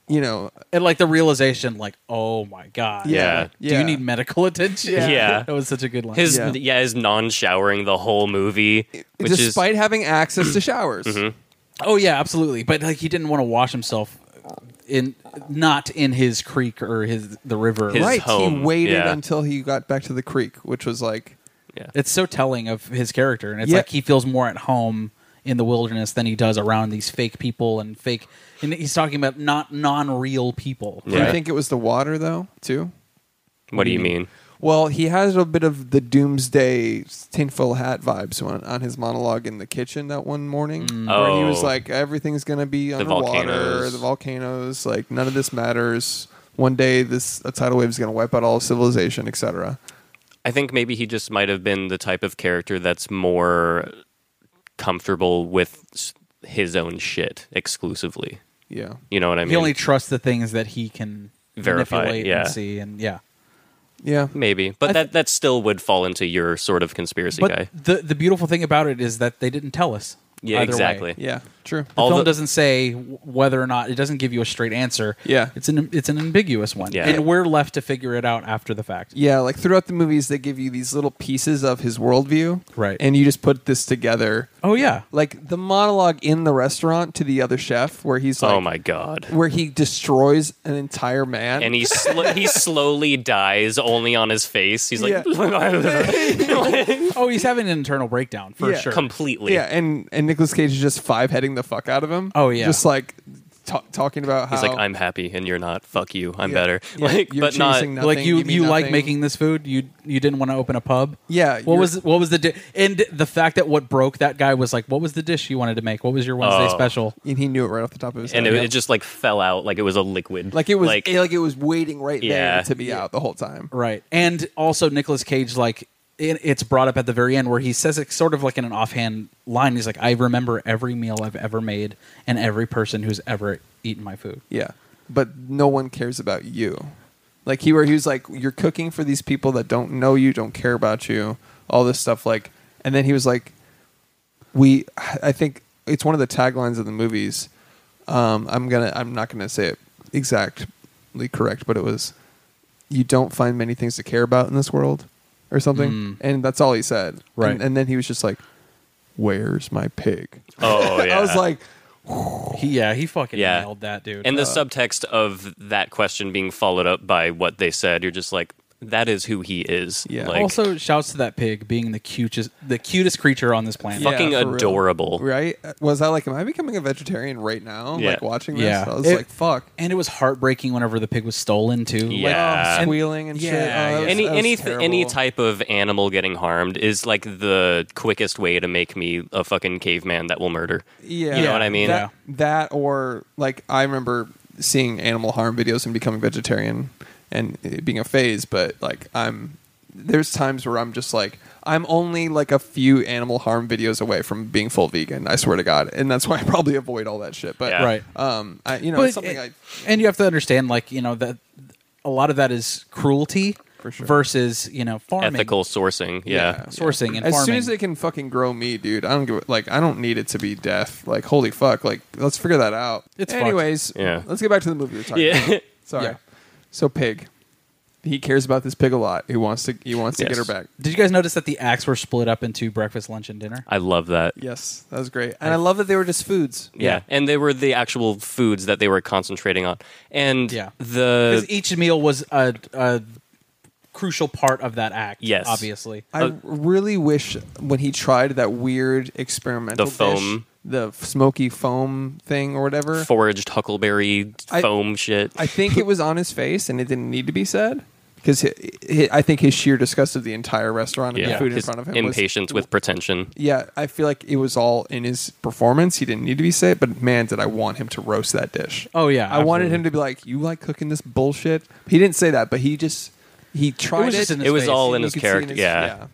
S3: you know
S1: and like the realization, like, oh my god,
S3: Yeah,
S1: Like, do
S3: yeah.
S1: you need medical attention?
S3: Yeah.
S2: Yeah.
S1: that was such a good line.
S2: his
S3: Yeah.
S2: yeah, his non showering the whole movie, which
S3: despite
S2: is Mm-hmm.
S3: having access to showers.
S1: oh yeah, absolutely. But like, he didn't want to wash himself in not in his creek or his the river.
S2: His-
S3: Right.
S2: home,
S3: He waited
S2: yeah.
S3: until he got back to the creek, which was like
S1: It's so telling of his character, and it's
S3: Yeah.
S1: like he feels more at home in the wilderness than he does around these fake people and fake. And he's talking about not non-real people.
S3: do you
S2: Yeah.
S3: think it was the water though, too?
S2: what do you mean?
S3: Well, he has a bit of the doomsday tinfoil hat vibes on, on his monologue in the kitchen that one morning, where he was
S2: Oh.
S3: like, "Everything's gonna be underwater,
S2: volcanoes.
S3: the volcanoes, like none of this matters. One day, this a tidal wave is gonna wipe out all of civilization, etc."
S2: I think maybe he just might have been the type of character that's more comfortable with s- his own shit exclusively.
S3: Yeah,
S2: You know what I
S1: He
S2: mean?
S1: only trusts the things that he can
S2: Verify,
S1: manipulate
S2: yeah.
S1: and see, and yeah.
S3: yeah,
S2: Maybe, but
S1: I th-
S2: that that still would fall into your sort of conspiracy
S1: But
S2: guy.
S1: the the beautiful thing about it is that they didn't tell us.
S2: eh? Yeah,
S1: either way.
S2: exactly.
S3: yeah, true.
S1: The
S2: All
S1: film
S2: the-
S1: doesn't say w- whether or not it doesn't give you a straight answer.
S3: Yeah.
S1: it's an it's an ambiguous one,
S2: Yeah.
S1: and we're left to figure it out after the fact.
S3: Yeah, like throughout the movies, they give you these little pieces of his worldview,
S1: Right.
S3: And you just put this together.
S1: Oh yeah,
S3: Like the monologue in the restaurant to the other chef, where he's like,
S2: oh my god!
S3: where he destroys an entire man,
S2: And he sl- he slowly dies only on his face. He's like
S1: oh he's having an internal breakdown for
S3: Yeah.
S1: sure.
S2: completely.
S3: yeah, and and Nicolas Cage is just five heading the fuck out of him.
S1: Oh, yeah.
S3: just like ta- talking about how
S2: He's like, I'm happy and you're not. Fuck you. I'm
S3: Yeah.
S2: better.
S3: Yeah,
S2: Like,
S3: you're
S2: but not.
S3: chasing
S1: like
S3: Nothing,
S1: you,
S3: give me
S1: you like
S3: nothing.
S1: making this food. You you didn't want to open a pub.
S3: Yeah,
S1: What
S3: you're-
S1: was what was the di- and the fact that what broke that guy was like, what was the dish you wanted to make? What was your Wednesday
S2: Oh.
S1: special?
S3: and he knew it right off the top of his
S2: And it,
S3: head.
S2: it just like fell out like it was a liquid.
S3: like it was
S2: like
S3: like, it was waiting right
S2: Yeah.
S3: there to be out the whole time.
S1: Right. And also Nicolas Cage, like it, it's brought up at the very end where he says it sort of like in an offhand line. He's like, I remember every meal I've ever made and every person who's ever eaten my food.
S3: Yeah, but no one cares about you. Like he where he was like, you're cooking for these people that don't know you, don't care about you, all this stuff. Like, and then he was like, we. I think it's one of the taglines of the movies. Um, I'm gonna. I'm not gonna say it exactly correct, but it was, you don't find many things to care about in this world, or something. And that's all he said.
S1: Right.
S3: And, and then he was just like, where's my pig?
S2: oh yeah.
S3: I was like,
S1: He, yeah, he fucking
S2: Yeah.
S1: nailed that dude.
S2: and the subtext of that question being followed up by what they said. You're just like, that is who he is.
S3: Yeah.
S2: Like,
S1: Uh, also, shouts to that pig being the cutest, the cutest creature on this planet.
S3: Yeah,
S2: fucking
S3: for real.
S2: adorable.
S3: Right? Uh, Was I like, am I becoming a vegetarian right now?
S2: Yeah.
S3: Like watching this,
S1: Yeah.
S3: I was
S1: It-
S3: like, fuck,
S1: And it was heartbreaking whenever the pig was stolen too.
S2: Yeah.
S3: oh,
S2: And-
S3: squealing and
S1: yeah,
S3: shit. Oh, that
S1: yeah.
S3: was-
S2: any
S3: that was
S2: any any
S3: terrible.
S2: type of animal getting harmed is like the quickest way to make me a fucking caveman that will murder.
S3: Yeah.
S2: You know what I mean?
S3: That, that or like I remember seeing animal harm videos and becoming vegetarian and it being a phase, but like I'm there's times where I'm just like I'm only like a few animal harm videos away from being full vegan. I swear to God, and that's why I probably avoid all that shit. But
S2: Yeah.
S1: Right.
S3: um, I, you know, it's something I
S1: and you have to understand, like you know that a lot of that is cruelty
S3: For sure.
S1: versus you know farming,
S2: Ethical sourcing. Yeah.
S1: sourcing, and
S3: as
S1: farming.
S3: soon as they can fucking grow meat, dude, I don't give a- like I don't need it to be death. Like holy fuck, like let's figure that out.
S1: It's fucked.
S3: anyways.
S2: Yeah.
S3: Let's get back to the movie we we're talking
S2: Yeah.
S3: about. Sorry.
S1: Yeah.
S3: So pig, he cares about this pig a lot. He wants to. He wants to get
S2: Yes.
S3: her back.
S1: Did you guys notice that the acts were split up into breakfast, lunch, and dinner?
S2: I love that.
S3: Yes, that was great, and I love that they were just foods.
S2: Yeah. And they were the actual foods that they were concentrating on. And
S1: Yeah.
S2: the
S1: Because each meal was a, a crucial part of that act.
S2: Yes.
S1: obviously.
S3: I
S2: Uh,
S3: really wish when he tried that weird experimental
S2: The foam.
S3: dish, the f- smoky foam thing or whatever.
S2: foraged huckleberry
S3: I-
S2: foam shit.
S3: I think it was on his face, and it didn't need to be said because I think his sheer disgust of the entire restaurant and the food in
S2: His
S3: front of him. Was,
S2: impatience with pretension.
S3: yeah, I feel like it was all in his performance. He didn't need to be said, but man, did I want him to roast that dish.
S1: Oh, yeah,
S3: I wanted
S1: absolutely.
S3: him to be like, "You like cooking this bullshit." He didn't say that, but he just he tried it.
S1: was just in his
S2: It was
S1: face.
S2: all
S3: and
S2: in
S3: you
S2: his
S3: could see it
S2: character.
S3: his-
S2: yeah.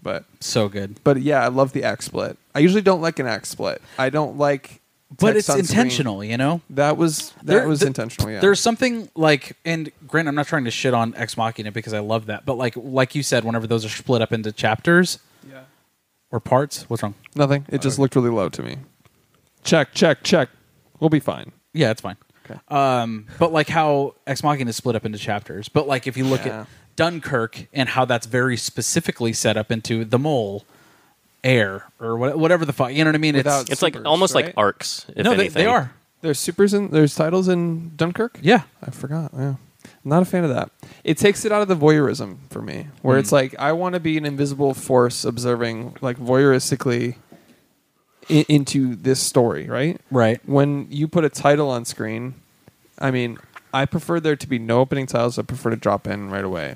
S3: but
S1: So good.
S3: but yeah, I love the axe split. I usually don't like an axe split. I don't like,
S1: But
S3: text
S1: it's
S3: on screen.
S1: intentional, you know?
S3: That was that
S1: There-
S3: was
S1: th-
S3: intentional. Yeah,
S1: There's something like, and Grant, I'm not trying to shit on Ex Machina because I love that, but like, like you said, whenever those are split up into chapters or parts, what's wrong?
S3: Nothing. It just looked really low to me. Check, check, check. We'll be fine. Uh,
S1: Yeah, it's fine.
S3: Okay.
S1: Um, but like how Ex Machina is split up into chapters, but like if you look
S3: Yeah.
S1: at Dunkirk and how that's very specifically set up into the mole, air, or what, whatever the fuck, you know what I mean?
S3: Without-
S1: it's
S2: It's like
S3: Supers,
S2: almost
S3: right?
S2: like arcs. If
S1: no, they,
S2: anything.
S1: they are.
S3: There's supers in there's titles in Dunkirk.
S1: Yeah,
S3: I forgot. Yeah. Not a fan of that. It takes it out of the voyeurism for me, where
S1: Mm.
S3: it's like I want to be an invisible force observing, like voyeuristically, i- into this story, right?
S1: right.
S3: When you put a title on screen, I mean, I prefer there to be no opening titles. I prefer to drop in right away.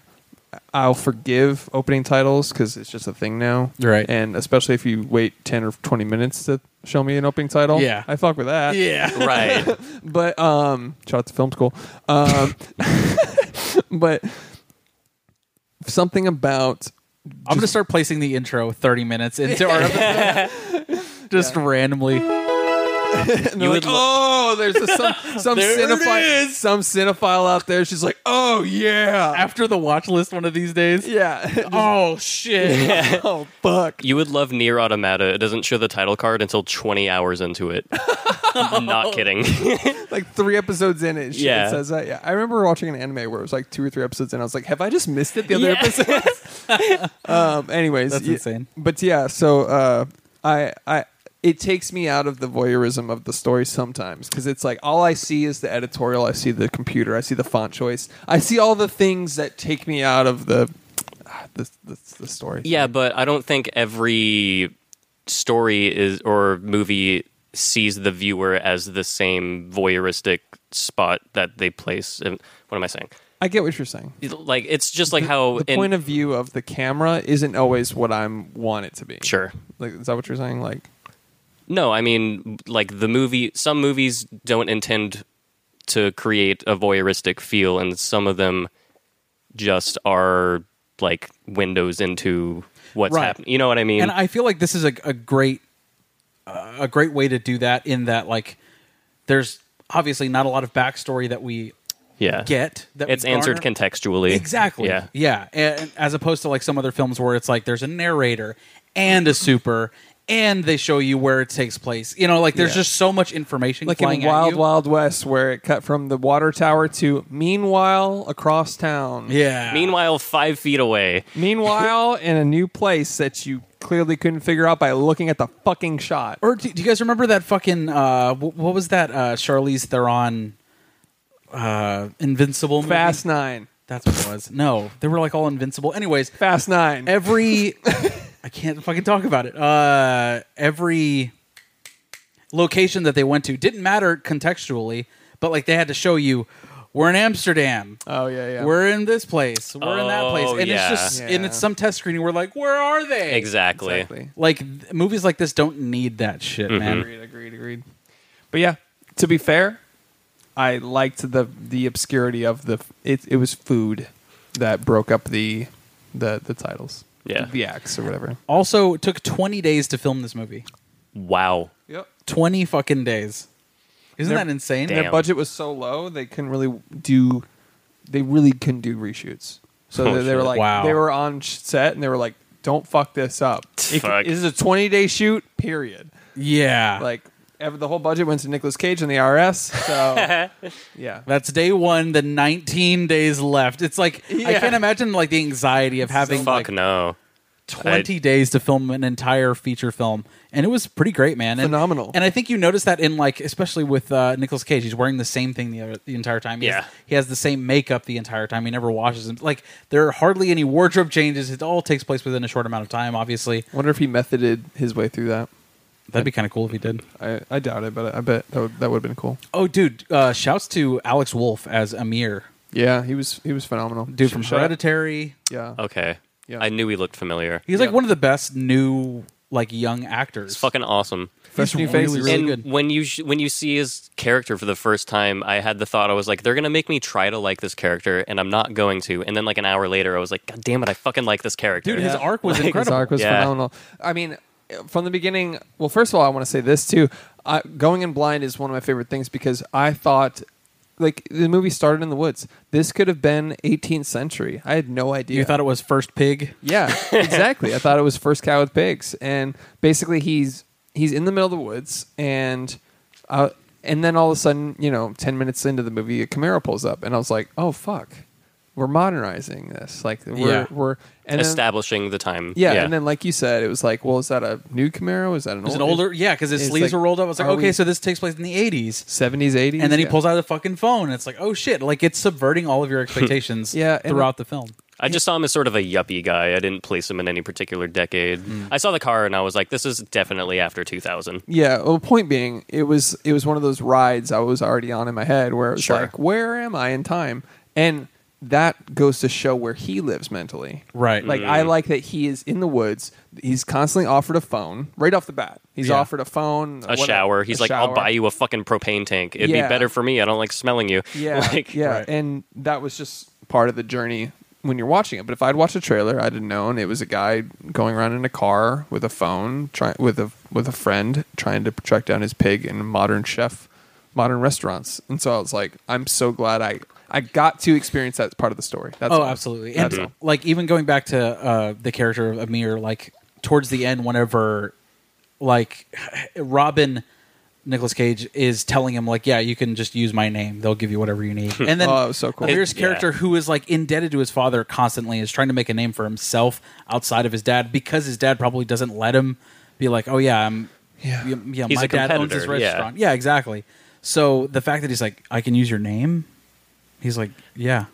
S3: I'll forgive opening titles because it's just a thing now,
S1: Right.
S3: And especially if you wait ten or twenty minutes to show me an opening title,
S1: Yeah.
S3: I fuck with that
S1: Yeah.
S2: right.
S3: but um shout out to film school um but something about
S1: I'm gonna start placing the intro 30 minutes into our episode. just randomly.
S3: and they're like,
S2: would lo-
S3: oh there's a, some some cinephile some cinephile out there she's like oh yeah
S1: After the watch list one of these days.
S3: yeah
S1: Oh shit.
S3: oh fuck
S2: You would love Near Automata. It doesn't show the title card until 20 hours into it. Not kidding.
S3: like three episodes in it, shit,
S2: Yeah.
S3: it says that yeah I remember watching an anime where it was like two or three episodes in I was like have I just missed it the other
S2: Yeah.
S3: episode um anyways
S1: That's
S3: yeah-
S1: insane.
S3: but yeah so uh i i it takes me out of the voyeurism of the story sometimes because it's like all i see is the editorial i see the computer i see the font choice i see all the things that take me out of the ah, the, the, the story
S2: Yeah, but I don't think every story is or movie sees the viewer as the same voyeuristic spot that they place. In, what am I saying?
S3: i get what you're saying
S2: Like it's just like how
S3: the
S2: in-
S3: point of view of the camera isn't always what i'm want it to be
S2: sure.
S3: like is that what you're saying like
S2: No, I mean like the movie. Some movies don't intend to create a voyeuristic feel, and some of them just are like windows into what's
S1: Right.
S2: happening. You know what I mean?
S1: And I feel like this is a, a great uh, a great way to do that in that like there's obviously not a lot of backstory that we
S2: yeah,
S1: get that we
S2: it's answered
S1: garner.
S2: contextually.
S1: Exactly.
S2: Yeah.
S1: Yeah. And, and as opposed to like some other films where it's like there's a narrator and a super and they show you where it takes place. You know, like there's
S3: Yeah.
S1: just so much information
S3: like
S1: flying
S3: in Wild
S1: at you.
S3: Wild West, where it cut from the water tower to meanwhile across town.
S1: Yeah.
S2: Meanwhile, five feet away.
S3: Meanwhile, in a new place that you clearly couldn't figure out by looking at the fucking shot.
S1: Or do, do you guys remember that fucking uh, wh- what was that uh, Charlize Theron uh, Invincible movie?
S3: Fast Nine.
S1: That's what it was. No, they were like all invincible. Anyways,
S3: Fast Nine.
S1: every I can't fucking talk about it. Uh, every location that they went to didn't matter contextually, but like they had to show you we're in Amsterdam.
S3: oh yeah, yeah.
S1: We're in this place. We're in that place.
S2: Oh,
S1: And
S2: yeah.
S1: it's just and it's
S3: Yeah.
S1: some test screening. We're like, where are they?
S2: Exactly.
S3: exactly.
S1: Like th- movies like this don't need that shit,
S2: Mm-hmm.
S1: man.
S2: Hmm.
S3: Agreed, agreed, agreed. But yeah, to be fair, I liked the the obscurity of the it. It was food that broke up the the the titles.
S2: Yeah.
S3: the acts or whatever.
S1: Also, it took 20 days to film this movie.
S2: Wow.
S3: Yep.
S1: 20 fucking days. Isn't
S3: They're-
S1: that insane?
S2: Damn.
S3: Their budget was so low they couldn't really do. They really couldn't do reshoots. So
S2: Oh,
S3: they, they were
S2: shit.
S3: like,
S1: Wow.
S3: they were on sh- set and they were like, "Don't fuck this up. It-
S2: Fuck.
S3: This is a twenty day shoot. Period.
S1: Yeah.
S3: Like." ev- The whole budget went to Nicolas Cage and the RS. So, yeah.
S1: That's day one. The 19 days left. It's like I
S3: Yeah.
S1: can't imagine like the anxiety of having
S2: Fuck
S1: like
S2: no.
S1: 20 days to film an entire feature film, and it was pretty great, man. And,
S3: Phenomenal.
S1: And I think you notice that in like, especially with uh, Nicolas Cage, he's wearing the same thing the, other, the entire time. He has,
S2: Yeah.
S1: he has the same makeup the entire time. He never washes him. Like there are hardly any wardrobe changes. It all takes place within a short amount of time. Obviously,
S3: Wonder if he methoded his way through that.
S1: that'd be kind of cool if he did.
S3: I, I doubt it, but I bet that would, that would have been cool.
S1: Oh, dude! Uh, shouts to Alex Wolf as Amir,
S3: Yeah, he was he was phenomenal.
S1: dude from
S3: Sh- shout out-
S1: Hereditary.
S3: Yeah.
S2: Okay.
S3: Yeah.
S2: I knew he looked familiar.
S1: He's like
S3: Yeah.
S1: one of the best new like young actors.
S2: It's fucking awesome.
S3: Fresh new faces.
S1: really, really
S2: and
S1: good.
S2: when you sh- when you see his character for the first time, I had the thought I was like, they're gonna make me try to like this character, and I'm not going to. And then like an hour later, I was like, God damn it, I fucking like this character.
S1: Dude, his
S3: Yeah.
S1: arc was
S3: His
S1: incredible.
S3: arc was
S2: Yeah.
S3: phenomenal. I mean, from the beginning. Well, first of all, I want to say this too. I, going in blind is one of my favorite things because I thought, like, the movie started in the woods. This could have been 18th century. I had no idea.
S1: You thought it was first pig?
S3: Yeah, exactly. I thought it was first cow with pigs, and basically he's he's in the middle of the woods, and uh, and then all of a sudden, you know, ten minutes into the movie, a Camaro pulls up, and I was like, oh fuck, we're modernizing this, like we're
S1: Yeah.
S3: we're and then-
S2: establishing the time.
S3: yeah, and then like you said, it was like, well, is that a new Camaro? Is that
S1: It
S3: an,
S1: was
S3: old,
S1: an older, yeah, because his
S3: Oh, it's
S1: sleeves
S3: like,
S1: were rolled up. It's like,
S3: are
S1: okay,
S3: we-
S1: so this takes place in the '80s,
S3: seventies, eighties?
S1: and then he
S3: yeah.
S1: pulls out a fucking phone. And it's like, oh shit! Like it's subverting all of your expectations.
S3: Yeah, and-
S1: throughout the film.
S2: I just saw him as sort of a yuppie guy. I didn't place him in any particular decade. I saw the car and I was like, this is definitely after 2000.
S3: Yeah. Well, point being, it was it was one of those rides I was already on in my head where it was
S2: Sure.
S3: like, where am I in time? And that goes to show where he lives mentally.
S1: Right.
S3: Like
S2: Mm-hmm.
S3: I like that he is in the woods. He's constantly offered a phone right off the bat. He's
S1: Yeah.
S3: offered a phone,
S2: A shower. He's like, I'll buy
S3: you.
S2: you a fucking propane tank. It'd
S3: Yeah.
S2: be better for me. I don't like smelling you.
S3: Yeah,
S2: like,
S3: yeah,
S1: Right.
S3: and that was just part of the journey when you're watching it. But if I'd watched a trailer, I'd have known it was a guy going around in a car with a phone, trying with a with a friend trying to track down his pig in modern chef, modern restaurants. And so I was like, I'm so glad I I got to experience that part of the story. That's
S1: oh,
S3: all.
S1: absolutely.
S3: That's
S1: And
S3: all.
S1: like even going back to uh, the character of Amir, like towards the end, whenever like Robin Nicholas Cage is telling him like, yeah, you can just use my name. They'll give you whatever you need. And then
S3: Oh, that was so cool.
S1: Amir's
S2: It-
S1: character
S2: yeah.
S1: who is like indebted to his father constantly is trying to make a name for himself outside of his dad because his dad probably doesn't let him be like, oh yeah, I'm
S3: Yeah.
S1: yeah, yeah,
S2: He's
S1: my
S2: a
S1: dad owns this
S2: competitor, yeah.
S1: restaurant. Yeah, exactly. So the fact that he's like, I can use your name. He's like, yeah.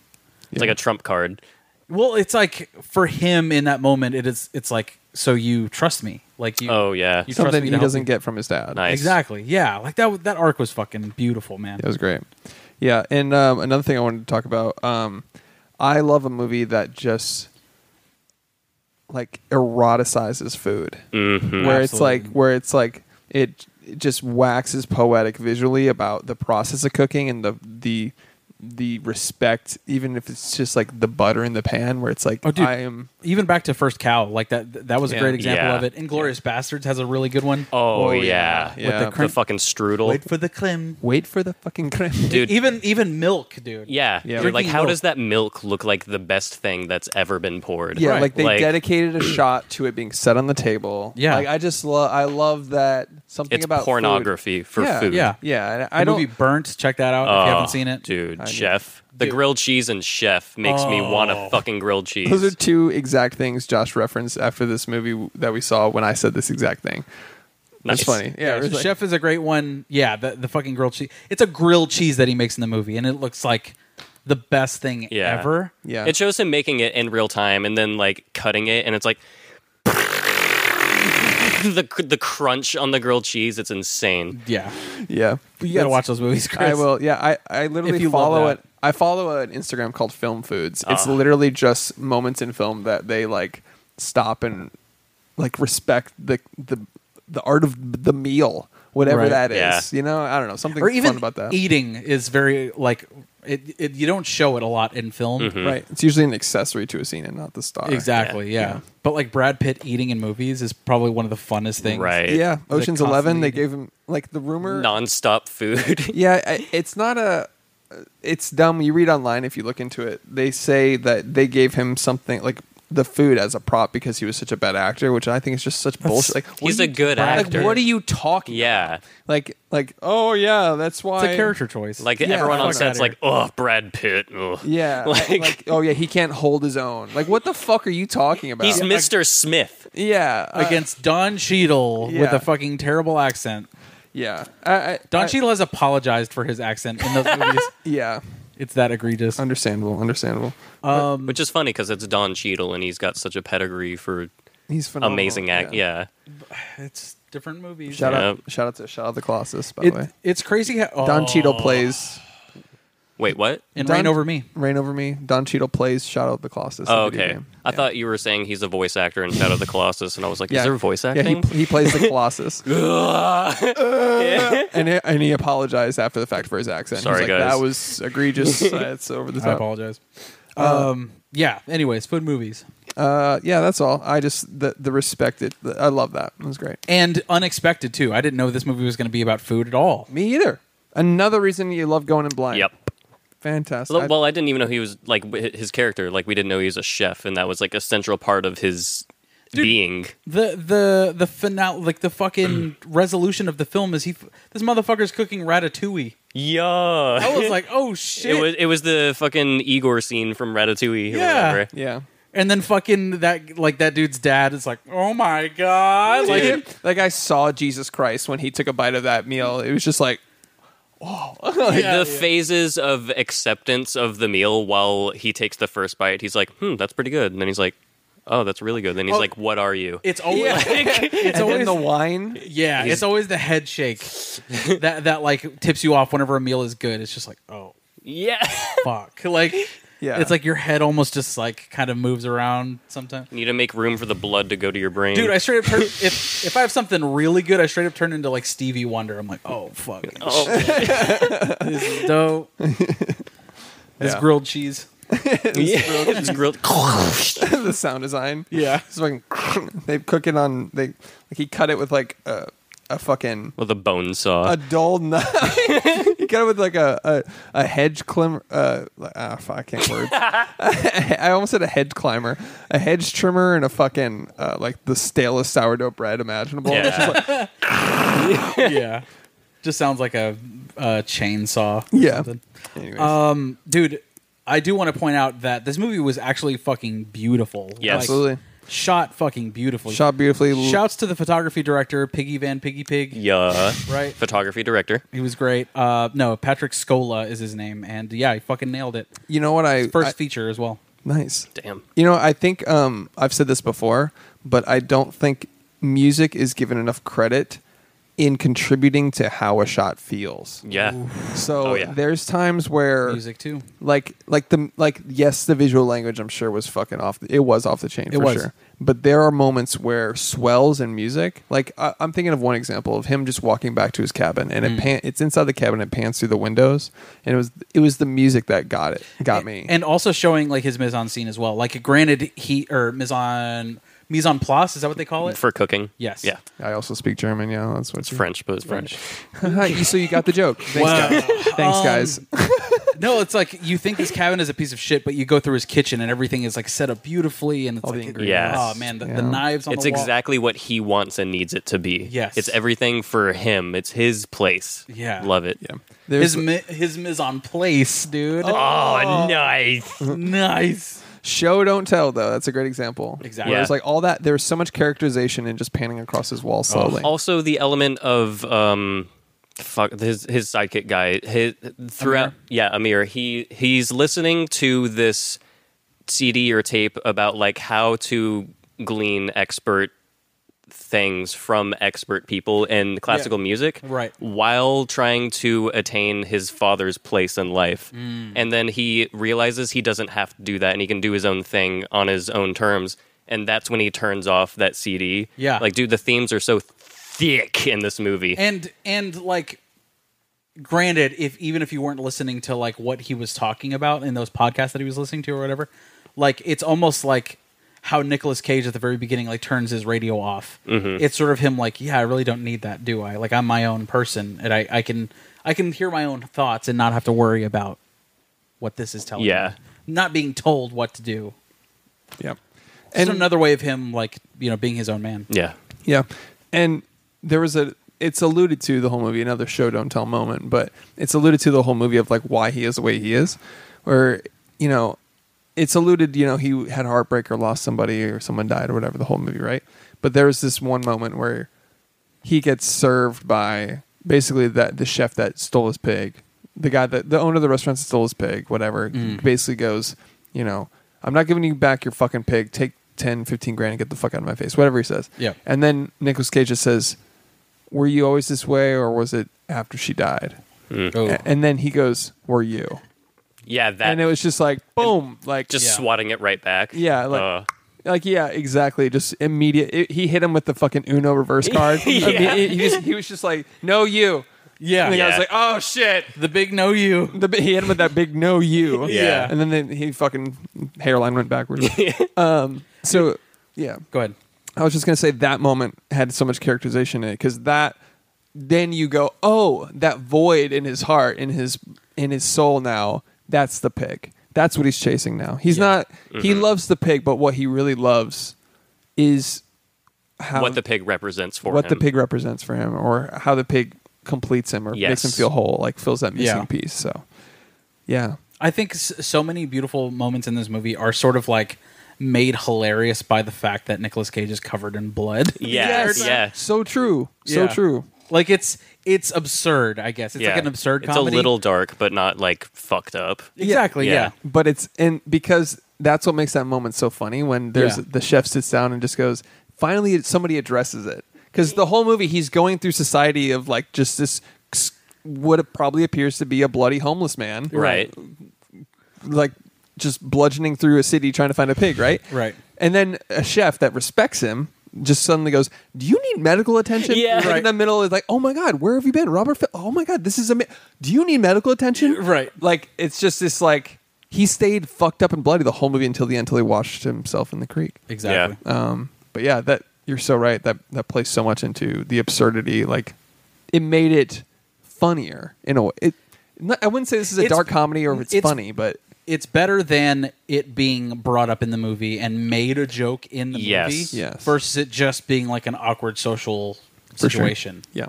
S2: It's like a trump card.
S1: Well, it's like for him in that moment, it is. It's like so you trust me, like you.
S2: Oh, yeah.
S1: You- trust me
S3: something
S1: to
S3: he
S1: help
S3: doesn't
S1: you.
S3: get from his dad.
S2: Nice.
S1: exactly. Yeah, like that. That arc was fucking beautiful, man.
S3: That was great. Yeah, and um, another thing I wanted to talk about. Um, I love a movie that just like eroticizes food,
S2: Mhm.
S3: where it's
S1: Mm. Absolutely.
S3: like where it's like it, it just waxes poetic visually about the process of cooking and the the the respect, even if it's just like the butter in the pan, where it's like
S1: Oh, dude.
S3: I am.
S1: Even back to First Cow, like that. That was a
S3: Yeah.
S1: great example
S2: Yeah.
S1: of it. Inglorious Bastards has a really good one.
S2: Oh, yeah.
S3: yeah.
S1: the
S3: the
S1: crimp-
S2: The fucking strudel.
S1: Wait for the clim.
S3: Wait for the fucking creme.
S2: Dude.
S1: Even even milk, dude.
S2: yeah.
S3: Yeah.
S2: You're like,
S1: Drinking
S2: how
S1: milk.
S2: does that milk look like the best thing that's ever been poured?
S3: Yeah,
S1: Right.
S3: like they
S2: Like-
S3: dedicated a shot to it being set on the table.
S1: Yeah.
S3: like I just love. I love that something
S2: It's
S3: about food.
S2: pornography for
S3: yeah,
S2: food.
S1: Yeah.
S3: yeah. and
S1: The
S3: I don't.
S1: movie Burnt. Check that out if you haven't seen it,
S2: Oh, Dude,
S3: need-
S2: chef. The grilled cheese and chef makes me want
S1: Oh.
S2: a fucking grilled cheese.
S3: Those are two exact things Josh referenced after this movie w- that we saw when I said this exact thing.
S2: Nice.
S3: That's funny. Yeah,
S1: Yeah,
S3: it
S1: so
S3: was like-
S1: Chef is a great one. Yeah, the, the fucking grilled cheese. It's a grilled cheese that he makes in the movie, and it looks like the best thing
S2: Yeah.
S1: ever.
S3: Yeah.
S2: It shows him making it in real time and then like cutting it, and it's like the the crunch on the grilled cheese. It's insane.
S1: Yeah.
S3: yeah.
S1: You gotta watch those movies, Chris.
S3: I will. Yeah, I, I literally
S1: If you love
S3: follow
S1: that. Ah.
S3: it. I follow an Instagram called Film Foods. It's literally just moments in film that they like stop and like respect the the the art of the meal, whatever
S1: Right.
S3: that is.
S2: Yeah.
S3: You know, I don't know something
S1: Or even
S3: fun about that.
S1: eating is very like it, it. You don't show it a lot in film,
S2: Mm-hmm.
S3: Right. It's usually an accessory to a scene and not the star.
S1: Exactly. Yeah. But like Brad Pitt eating in movies is probably one of the funnest things.
S2: Right.
S3: Yeah.
S1: Is it
S3: Ocean's Eleven.
S1: constantly
S3: They gave him like the rumor.
S2: Nonstop food.
S3: Yeah, I- it's not a. It's dumb. You read online if you look into it. They say that they gave him something like the food as a prop because he was such a bad actor, which I think is just such bullshit. Like what
S2: He's
S3: are
S2: a
S3: you-
S2: good
S3: like,
S2: actor.
S3: what are you talking?
S2: yeah.
S3: Like like oh yeah, that's why
S1: It's a character choice.
S2: Like
S3: Yeah,
S2: everyone on
S3: fuck
S2: set's
S1: outta
S2: like, oh, Brad Pitt. ugh."
S3: Yeah, like,
S2: Like,
S3: oh yeah, he can't hold his own. Like what the fuck are you talking about?
S2: he's Mr. Smith.
S3: yeah uh,
S1: against Don Cheadle with
S3: yeah.
S1: a fucking terrible accent.
S3: yeah. I, I,
S1: Don
S3: I-
S1: Cheadle has apologized for his accent in those movies.
S3: Yeah,
S1: It's that egregious.
S3: understandable, understandable.
S2: Which is funny because it's Don Cheadle and he's got such a pedigree for
S3: He's phenomenal.
S2: amazing act. Yeah.
S1: It's different movies.
S3: Shout
S2: Yeah.
S3: out, shout out to shout out the Colossus by
S1: It-
S3: the way.
S1: it's crazy. How,
S3: Don
S1: oh,
S3: Cheadle plays
S2: Wait, what?
S1: and
S3: Don-
S1: Rain Over Me.
S3: Rain Over Me. Don Cheadle plays Shout Out the Colossus.
S2: Oh,
S3: the video
S2: okay.
S3: game.
S2: I thought you were saying he's a voice actor in Shadow of the Colossus, and I was like,
S3: Yeah.
S2: is there voice
S3: Yeah, he,
S2: acting?
S3: he plays the Colossus. and, he, and he apologized after the fact for his accent. He's
S2: Sorry,
S3: like,
S2: guys.
S3: That was egregious. That's over the
S1: I
S3: top.
S1: apologize. um, yeah. Anyways, food movies
S3: Uh, yeah, that's all. I just, the, the respect, it, the, I love that. It was great.
S1: and unexpected too. I didn't know this movie was going to be about food at all.
S3: Me either. Another reason you love going in blind.
S2: Yep.
S3: Fantastic.
S2: Well, well, I didn't even know he was like wi- his character. Like we didn't know he was a chef, and that was like a central part of his being.
S1: the the the finale, like the fucking resolution of the film is he. f- This motherfucker's cooking ratatouille.
S2: Yeah,
S1: I was like, oh shit.
S2: it was it was the fucking Igor scene from Ratatouille. Or
S1: Yeah.
S2: whatever.
S3: yeah.
S1: and then fucking that like that dude's dad is like, oh my god, like
S3: Like, like I saw Jesus Christ when he took a bite of that meal. It was just like,
S2: the phases of acceptance of the meal while he takes the first bite, he's like, "Hmm, that's pretty good," and then he's like, "Oh, that's really good." Then he's
S1: Oh.
S2: like, "What are you?"
S1: it's always it's
S3: and then
S1: always
S3: the wine.
S1: yeah, it's always the head shake that that like tips you off whenever a meal is good. It's just like, oh
S2: yeah,
S1: fuck, like
S3: Yeah.
S1: it's like your head almost just like kind of moves around sometimes.
S2: need to make room for the blood to go to your brain,
S1: Dude, I straight up turn, if if I have something really good, I straight up turn into like Stevie Wonder. I'm like, oh fuck,
S2: oh,
S1: this is dope. This
S3: Yeah.
S1: grilled cheese.
S2: it's grilled.
S3: the sound design.
S1: Yeah.
S3: It's fucking. They cook it on. They like he cut it with like a a fucking
S2: With a bone saw.
S3: a dull knife. he cut it with like a a, a hedge climber. Uh, like- ah, fuck, I can't word. I almost said a hedge climber, a hedge trimmer, and a fucking uh, like the stalest sourdough bread imaginable.
S2: Yeah.
S3: It's just like-
S1: yeah. Just sounds like a, a chainsaw. or
S3: yeah.
S1: something.
S3: Anyways.
S1: Um, dude, I do want to point out that this movie was actually fucking beautiful.
S2: Yeah,
S3: absolutely.
S1: Shot fucking beautifully.
S3: Shot beautifully. l-
S1: Shouts to the photography director, Piggy Van Piggy Pig.
S2: yeah,
S1: Right.
S2: Photography director.
S1: He was great. Uh, no, Patrick Scola is his name, and yeah, he fucking nailed it.
S3: You know what I
S1: First
S3: I-
S1: feature as well.
S3: nice.
S2: Damn.
S3: You know, I think um, I've said this before, but I don't think music is given enough credit in contributing to how a shot feels.
S2: Yeah.
S3: So
S2: Oh, yeah.
S3: there's times where
S1: Music too.
S3: like like the like yes, the visual language I'm sure was fucking off. It was off the chain
S1: It
S3: for
S1: was.
S3: sure. But there are moments where swells in music, like I, I'm thinking of one example of him just walking back to his cabin, and
S1: Mm.
S3: it pan, it's inside the cabin, it pans through the windows, and it was it was the music that got it, got me.
S1: And also showing like his mise en scene as well. Like, granted, he or mise en mise en place is that what they call it?
S2: For cooking.
S1: Yes.
S2: Yeah.
S3: I also speak German. Yeah, that's what
S2: It's French, but it's French.
S3: so you got the joke. Thanks,
S1: Wow. Um,
S3: guys. Thanks, guys.
S1: No, it's like you think this cabin is a piece of shit, but you go through his kitchen and everything is like set up beautifully, and it's
S3: All the
S1: like,
S3: ingredients.
S1: oh man, the,
S3: Yeah.
S1: the knives on
S2: It's
S1: the wall.
S2: exactly what he wants and needs it to be.
S1: Yes.
S2: It's everything for him. It's his place.
S1: Yeah.
S2: Love it.
S3: There's
S1: his mi- his mise en place, dude.
S2: Oh, nice.
S1: nice.
S3: show don't tell though. That's a great example.
S1: Exactly.
S3: Where
S2: Yeah.
S3: it's like all that. There's so much characterization in just panning across his wall slowly.
S2: Also, the element of um, fuck his his sidekick guy his throughout yeah Amir he he's listening to this CD or tape about like how to glean expert things from expert people in classical music
S1: Right.
S2: while trying to attain his father's place in life
S1: Mm.
S2: and then he realizes he doesn't have to do that and he can do his own thing on his own terms and that's when he turns off that CD
S1: Yeah.
S2: like dude the themes are so thick in this movie
S1: and and like granted if even if you weren't listening to like what he was talking about in those podcasts that he was listening to or whatever like it's almost like how Nicolas Cage at the very beginning like turns his radio off it's sort of him like yeah I really don't need that do I like I'm my own person and I I can I can hear my own thoughts and not have to worry about what this is telling
S2: Yeah.
S1: me. not being told what to do
S3: Yeah.
S1: and another way of him like you know being his own man
S2: yeah
S3: Yeah, and there was a. It's alluded to the whole movie, another show don't tell moment, but it's alluded to the whole movie of like why he is the way he is, or you know, it's alluded. You know, he had heartbreak or lost somebody or someone died or whatever the whole movie, right? But there was this one moment where he gets served by basically that the chef that stole his pig, the guy that the owner of the restaurant that stole his pig, whatever,
S2: Mm.
S3: basically goes, you know, I'm not giving you back your fucking pig. Take 10, 15 grand and get the fuck out of my face, whatever he says.
S1: Yeah.
S3: And then Nicolas Cage just says, Were you always this way or was it after she died?
S1: Oh.
S3: A- And then he goes, Were you?
S2: yeah that
S3: And it was just like, boom, like
S2: just
S1: Yeah.
S2: swatting it right back.
S3: Yeah, like,
S2: Uh,
S3: like yeah, exactly. Just immediate. it- he hit him with the fucking Uno reverse card. I mean,
S2: Yeah.
S3: he, just, he was just like, "No, you."
S1: yeah,
S3: And the guy was
S2: Yeah.
S3: like, "Oh shit!"
S1: the big no you
S3: The, bi- he hit him with that big "No, you."
S2: Yeah.
S3: And then the, he fucking hairline went backwards. um. So yeah,
S1: go ahead
S3: I was just gonna say that moment had so much characterization in it because that then you go, oh, that void in his heart, in his in his soul now, that's the pig. That's what he's chasing now. He's not he
S2: Mm-hmm.
S3: loves the pig, but what he really loves is how
S2: what the pig represents for
S3: what
S2: him.
S3: the pig represents for him or how the pig completes him or makes
S2: Yes.
S3: him feel whole, like fills that missing
S1: Yeah.
S3: piece. So yeah.
S1: I think s- so many beautiful moments in this movie are sort of like made hilarious by the fact that Nicolas Cage is covered in blood.
S2: Yes, yes.
S3: So true. So
S1: Yeah.
S3: true.
S1: Like it's it's absurd, I guess. It's
S2: yeah.
S1: like an absurd
S2: It's
S1: comedy.
S2: a little dark, but not like fucked up.
S1: Exactly, yeah.
S2: Yeah.
S3: but it's and because that's what makes that moment so funny when there's
S1: Yeah.
S3: the chef sits down and just goes finally somebody addresses it because the whole movie he's going through society of like just this what it probably appears to be a bloody homeless man
S2: Right.
S3: like just bludgeoning through a city trying to find a pig right
S1: Right.
S3: and then a chef that respects him just suddenly goes, "Do you need medical attention?"
S2: Yeah.
S3: Like in
S1: Right.
S3: the middle is like, "Oh my god, where have you been, Robert? Phil- oh my god, this is a. Do you need medical attention?"
S1: Right.
S3: Like it's just this like he stayed fucked up and bloody the whole movie until the end until he washed himself in the creek.
S1: Exactly.
S3: Um, but yeah, that you're so right. That that plays so much into the absurdity. Like it made it funnier in a way. It, not, I wouldn't say this is a
S1: It's-
S3: dark comedy or it's,
S1: it's-
S3: funny, but
S1: It's better than it being brought up in the movie and made a joke in the
S2: Yes.
S1: movie
S3: Yes.
S1: versus it just being like an awkward social
S3: for sure.
S1: situation.
S3: Yeah,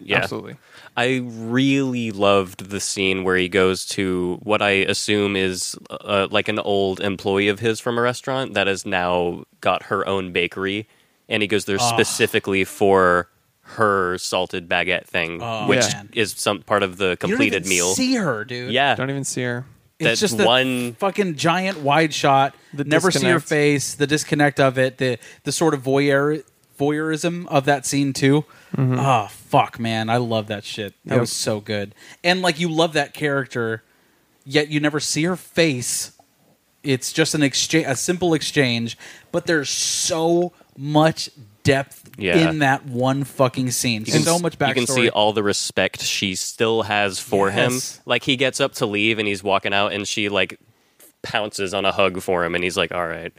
S2: Yeah.
S3: absolutely.
S2: I really loved the scene where he goes to what I assume is uh, like an old employee of his from a restaurant that has now got her own bakery, and he goes
S3: Ah.
S2: there specifically for her salted baguette thing,
S1: Oh,
S2: which
S3: man.
S2: is some part of
S1: You
S2: the
S1: don't
S2: completed
S1: even
S2: meal.
S1: See her, dude.
S2: yeah,
S3: Don't even see her.
S2: that
S1: it's just that
S2: one-
S1: fucking giant wide shot.
S3: The
S1: never see her
S3: disconnect.
S1: face. The disconnect of it. The the sort of voyeur voyeurism of that scene too. Ah, fuck, man, I love that shit. That
S3: Yep.
S1: was so good. And like you love that character, yet you never see her face. It's just an exchange, a simple exchange, but there's so much depth
S2: Yeah.
S1: in that one fucking scene.
S2: You can
S1: so
S2: s-
S1: much backstory.
S2: You can see all the respect she still has for
S1: Yes.
S2: him. Like he gets up to leave and he's walking out and she like pounces on a hug for him and he's like, "All right."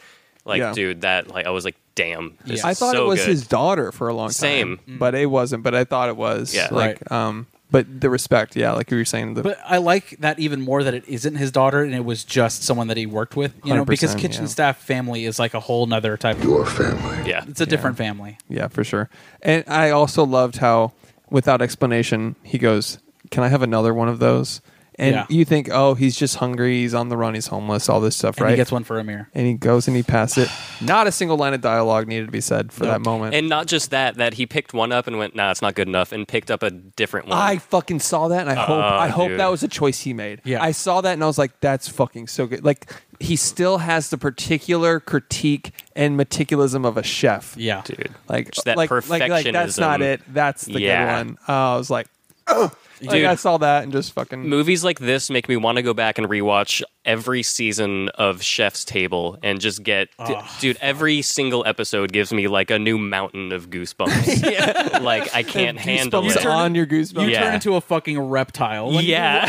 S2: Like
S3: Yeah.
S2: dude, that like I was like, "Damn." This
S1: Yeah.
S3: I
S2: is
S3: thought
S2: so
S3: it was
S2: good.
S3: his daughter for a long time.
S2: Same.
S3: But it wasn't, but I thought it was.
S2: Yeah.
S3: Like
S1: Mm. Right.
S3: um but the respect, yeah, like you were saying the
S1: But I like that even more that it isn't his daughter and it was just someone that he worked with. You know, because
S3: 100%,
S1: kitchen
S3: yeah.
S1: staff family is like a whole nother type.
S6: Your family.
S2: Yeah.
S1: It's a different family.
S3: yeah, for sure. And I also loved how without explanation he goes, "Can I have another one of those?" and
S1: Yeah.
S3: you think, oh, he's just hungry, he's on the run, he's homeless, all this stuff,
S1: And
S3: right?
S1: he gets one for Amir.
S3: and he goes and he passed it. Not a single line of dialogue needed to be said for that moment.
S2: And not just that, that he picked one up and went, nah, it's not good enough, and picked up a different one.
S3: I fucking saw that, and I hope I hope
S2: Ah, dude.
S3: that was a choice he made.
S1: Yeah.
S3: I saw that, and I was like, "That's fucking so good." Like he still has the particular critique and meticulism of a chef.
S1: Yeah.
S2: dude.
S3: like
S2: Just that
S3: like, like, like that's not
S2: perfectionism.
S3: it. That's the
S2: Yeah.
S3: good one. Uh, I was like, "Ugh." Like,
S2: Dude.
S3: I saw that and just fucking
S2: Movies like this make me want to go back and rewatch every season of Chef's Table and just get, d- dude. Every single episode gives me like a new mountain of goosebumps. Like I can't handle
S3: goosebumps
S2: it.
S1: turn-
S3: on your goosebumps.
S1: You
S2: Yeah.
S1: turn into a fucking reptile. Like,
S2: yeah,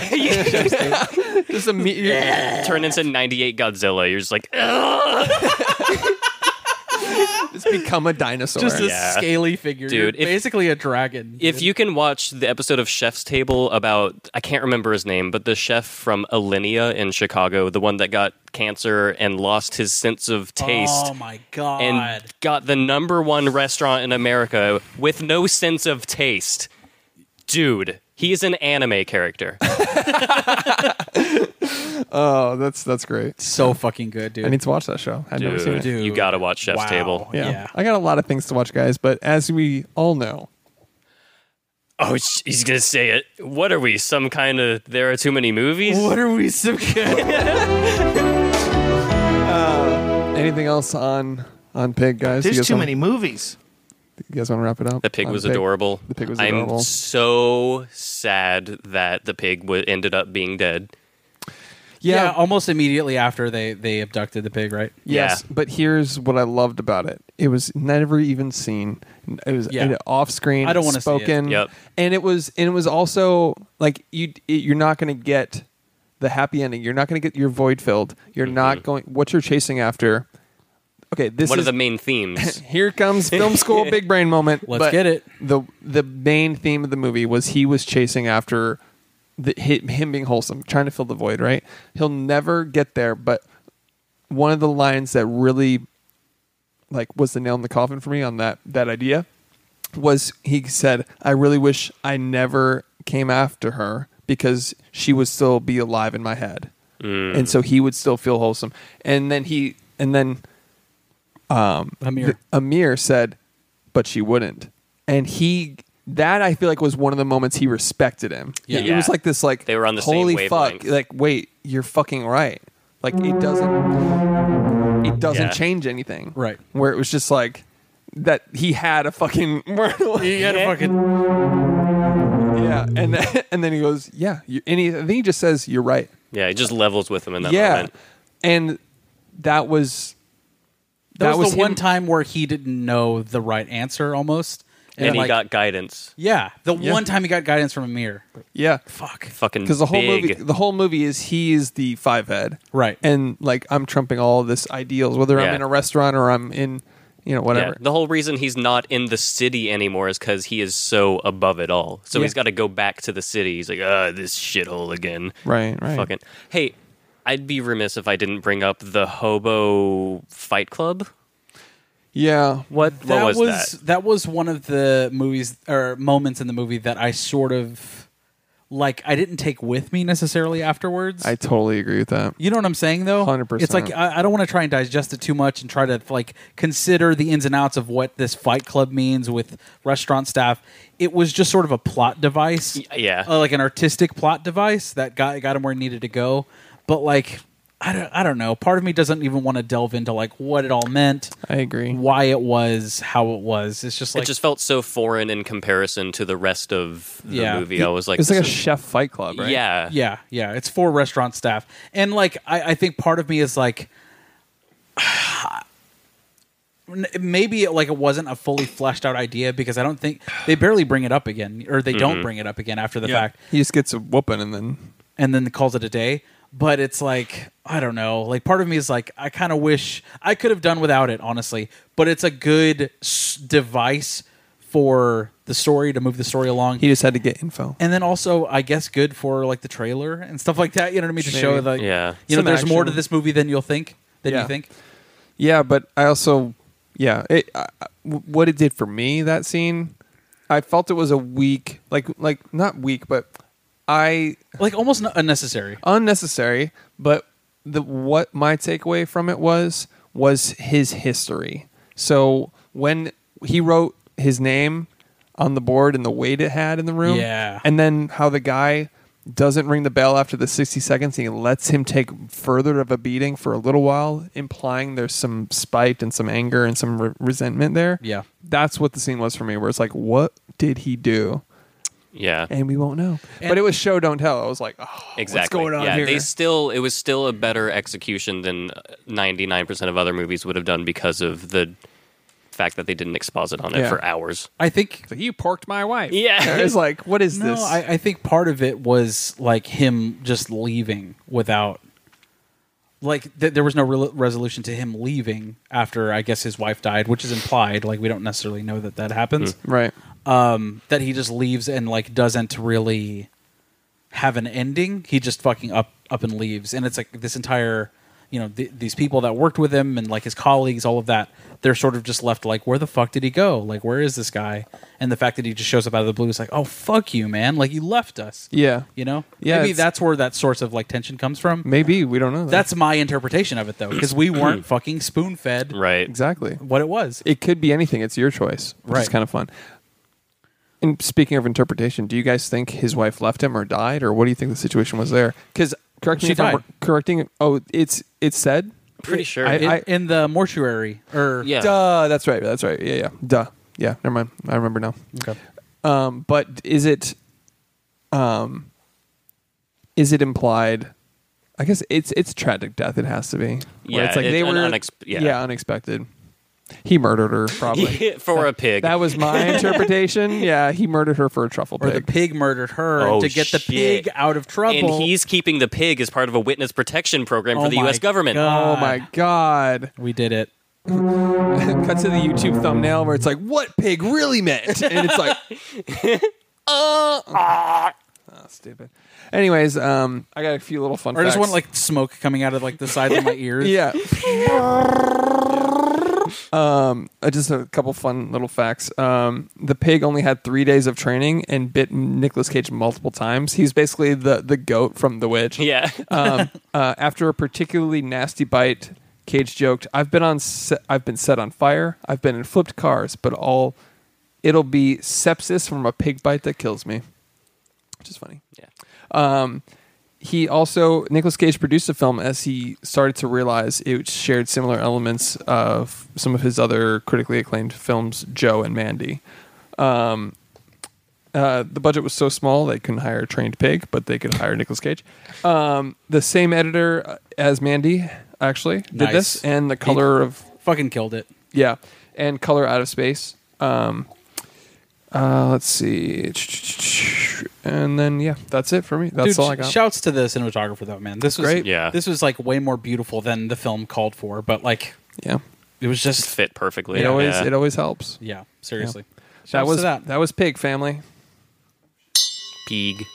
S3: Just a me- you're-
S2: turn into '98 Godzilla. You're just like, "Ugh."
S3: just become a dinosaur.
S1: Just a
S2: Yeah.
S1: scaly figure.
S2: Dude,
S1: You're
S2: if-
S1: basically a dragon.
S2: if you can watch the episode of Chef's Table about I can't remember his name, but the chef from Alinea in Chicago, the one that got cancer and lost his sense of taste.
S1: Oh my god.
S2: and got the number one restaurant in America with no sense of taste. Dude, he's an anime character.
S3: oh, that's that's great.
S1: so fucking good, dude.
S3: I need to watch that show. I've never seen it.
S1: Dude.
S2: You gotta watch Chef's
S1: Wow.
S2: Table.
S3: Yeah.
S1: Yeah.
S3: I got a lot of things to watch, guys. But as we all know,
S2: Oh, sh- he's gonna say it. What are we? Some kind of there are too many movies?
S1: what are we so good?
S3: anything else on on Pig, guys? You
S6: There's
S3: guys
S6: too
S3: wanna-
S6: many movies.
S3: You guys want to wrap it up?
S2: The pig
S3: On
S2: was adorable.
S3: The pig was
S2: I'm
S3: adorable.
S2: so sad that the pig w- ended up being dead.
S1: yeah. oh,
S3: Yeah.
S1: almost immediately after they they abducted the pig, right?
S3: Yes,
S2: Yeah.
S3: but here's what I loved about it. It was never even seen. It was
S1: Yeah.
S3: off screen.
S1: I don't wanna see it.
S3: spoken.
S2: Yep.
S3: And it was and it was also like you it, you're not going to get the happy ending. You're not going to get your void filled. You're not going what you're chasing after. Okay, this
S2: One
S3: is
S2: of Mm-hmm. the main themes.
S3: here comes film school big brain moment.
S1: Let's get it.
S3: The the main theme of the movie was he was chasing after the, hi- him being wholesome, trying to fill the void. Right? He'll never get there. But one of the lines that really like was the nail in the coffin for me on that that idea was he said, "I really wish I never came after her because she would still be alive in my head, and so he would still feel wholesome." And then he and then
S1: Amir.
S3: th- Amir said, but she wouldn't. And he that I feel like was one of the moments he respected him.
S1: Yeah.
S3: It was like this like
S2: They were on the same
S3: holy fuck.
S2: wavelength.
S3: Like, wait, you're fucking right. Like it doesn't it doesn't
S2: Yeah.
S3: change anything.
S1: Right.
S3: Where it was just like that he had a fucking
S1: he had a fucking
S3: Yeah. And then, and then he goes, Yeah. You, and he, I think he just says, You're right.
S2: yeah, he just levels with him in that
S3: yeah.
S2: moment.
S3: And that was
S1: that, was, the
S3: him-
S1: one time where he didn't know the right answer almost.
S2: And, he
S1: like,
S2: got guidance.
S1: Yeah. The
S3: Yeah.
S1: one time he got guidance from Amir.
S3: Yeah.
S1: Fuck.
S2: Fucking
S3: because the whole
S2: big.
S3: movie the whole movie is he is the five head
S1: Right.
S3: and like i'm trumping all of this ideals whether i'm
S2: Yeah.
S3: in a restaurant or i'm in you know whatever
S2: the whole reason he's not in the city anymore is because he is so above it all. So
S3: Yeah.
S2: he's got to go back to the city. He's like, ah, this shithole again.
S3: right right
S2: Fucking. Hey, I'd be remiss if I didn't bring up the Hobo Fight Club.
S3: yeah
S2: What,
S1: that
S2: what was, that?
S1: was one of the movies or moments in the movie that I sort of like I didn't take with me necessarily afterwards.
S3: i totally agree with that
S1: you know what I'm saying though?
S3: 100%.
S1: It's like I, I don't want to try and digest it too much and try to like consider the ins and outs of what this fight club means with restaurant staff. It was just sort of a plot device.
S2: yeah.
S1: Uh, like an artistic plot device that got got him where he needed to go. But like I don't, I don't know. Part of me doesn't even want to delve into like what it all meant,
S3: i agree
S1: why it was, how it was. It's just like
S2: it just felt so foreign in comparison to the rest of the
S1: Yeah.
S2: movie. I was like,
S3: it's like a
S2: this is-
S3: chef fight club right
S2: yeah,
S1: Yeah, yeah. It's for restaurant staff. And like I, I think part of me is like n- maybe like it wasn't a fully fleshed out idea because I don't think they barely bring it up again or they don't bring it up again after the fact
S3: he just gets a whooping and then
S1: and then calls it a day. But it's like I don't know. Like part of me is like I kind of wish I could have done without it, honestly. But it's a good s- device for the story to move the story along.
S3: he just had to get info
S1: and then also I guess good for like the trailer and stuff like that. You know what I mean? To show
S3: Maybe.
S1: like
S2: Yeah.
S1: you know,
S3: Some
S1: there's more to
S3: action.
S1: this movie than you'll think. Than
S3: Yeah.
S1: you think.
S3: Yeah, but I also, yeah, it, I, I- w- what it did for me that scene, I felt it was a weak, like, like not weak, but I
S1: Like almost n- unnecessary.
S3: unnecessary, but the what my takeaway from it was was his history. So when he wrote his name on the board and the weight it had in the room,
S1: Yeah.
S3: and then how the guy doesn't ring the bell after the 60 seconds and he lets him take further of a beating for a little while implying there's some spite and some anger and some re- resentment there
S1: Yeah.
S3: that's what the scene was for me where it's like what did he do
S2: Yeah.
S3: and we won't know but
S1: And-
S3: it was show don't tell i was like oh
S2: Exactly.
S3: what's going on
S2: yeah,
S3: here
S2: they still it was still a better execution than 99% of other movies would have done because of the fact that they didn't exposit on it
S3: Yeah.
S2: for hours.
S1: I think
S3: So you porked my wife.
S2: Yeah.
S3: It's like, what is
S1: no.
S3: this?
S1: I, I think part of it was like him just leaving without. Like th- there was no re- resolution to him leaving after I guess his wife died, which is implied. Like we don't necessarily know that that happens.
S3: right.
S1: um, that he just leaves and like doesn't really have an ending. He just fucking up up and leaves, and it's like this entire you know th- these people that worked with him and like his colleagues, all of that. They're sort of just left like, where the fuck did he go? Like, where is this guy? And the fact that he just shows up out of the blue is like, oh fuck you, man! Like you left us.
S3: Yeah.
S1: You know.
S3: Yeah,
S1: Maybe
S3: it's-
S1: that's where that source of like tension comes from.
S3: Maybe we don't know. That.
S1: That's my interpretation of it though, because we weren't fucking spoon fed
S2: Right.
S3: exactly.
S1: what it was.
S3: It could be anything. It's your choice. Which It's
S1: Right.
S3: kind of fun. And speaking of interpretation, do you guys think his wife left him or died, or what do you think the situation was there? Because correct me
S1: She
S3: if I'm
S1: died.
S3: correcting. Oh, it's it's said.
S2: Pretty sure.
S3: I-
S1: In, in the mortuary, or
S2: yeah.
S3: Duh. That's right. That's right. Yeah. Yeah. Duh. Yeah. Never mind. I remember now.
S1: Okay.
S3: Um, but is it, um, is it implied? I guess it's it's tragic death. It has to be. Where
S2: Yeah,
S3: it's like they
S2: it-
S3: were
S2: an unex- yeah.
S3: unexpected. He murdered her probably.
S2: for a pig.
S3: that was my interpretation. Yeah, he murdered her for a truffle
S1: or
S3: pig.
S1: the pig murdered her
S2: Oh,
S1: to get the
S2: shit.
S1: pig out of trouble.
S2: and he's keeping the pig as part of a witness protection program for
S1: Oh
S2: the
S1: my
S2: U.S. government.
S1: God.
S3: Oh
S2: Ah.
S3: my god!
S1: we did it.
S3: Cut to the YouTube thumbnail where it's like, "What pig really meant?" and it's like, uh, ah. Oh, stupid. Anyways, um, I got a few little fun.
S1: Or I just
S3: facts.
S1: want like smoke coming out of like the side of my ears.
S3: Yeah. um, uh, just a couple fun little facts. Um, the pig only had three days of training and bit Nicolas Cage multiple times. He's basically the the goat from The Witch.
S2: Yeah.
S3: Um, uh, after a particularly nasty bite, Cage joked, "I've been on, se- I've been set on fire. I've been in flipped cars, but all it'll be sepsis from a pig bite that kills me." Which is funny.
S2: yeah.
S3: Um, he also Nicolas Cage produced the film as he started to realize it shared similar elements of some of his other critically acclaimed films, Joe and Mandy. Um, uh, the budget was so small they couldn't hire a trained pig, but they could hire Nicolas Cage. Um, the same editor uh, as Mandy actually did
S1: Nice.
S3: this, and the color of
S1: Fucking killed it.
S3: yeah, and color out of space. Um, uh, let's see, and then yeah, that's it for me. That's
S1: Dude,
S3: all I got.
S1: shouts to the cinematographer though, man. This was
S3: Great.
S2: Yeah.
S1: This was like way more beautiful than the film called for, but like
S3: yeah,
S1: it was
S2: Just
S1: just
S2: fit perfectly.
S3: it always
S2: yeah.
S3: it always helps.
S1: yeah, seriously. Shouts
S3: That was
S1: to that.
S3: that. was pig family.
S2: pig.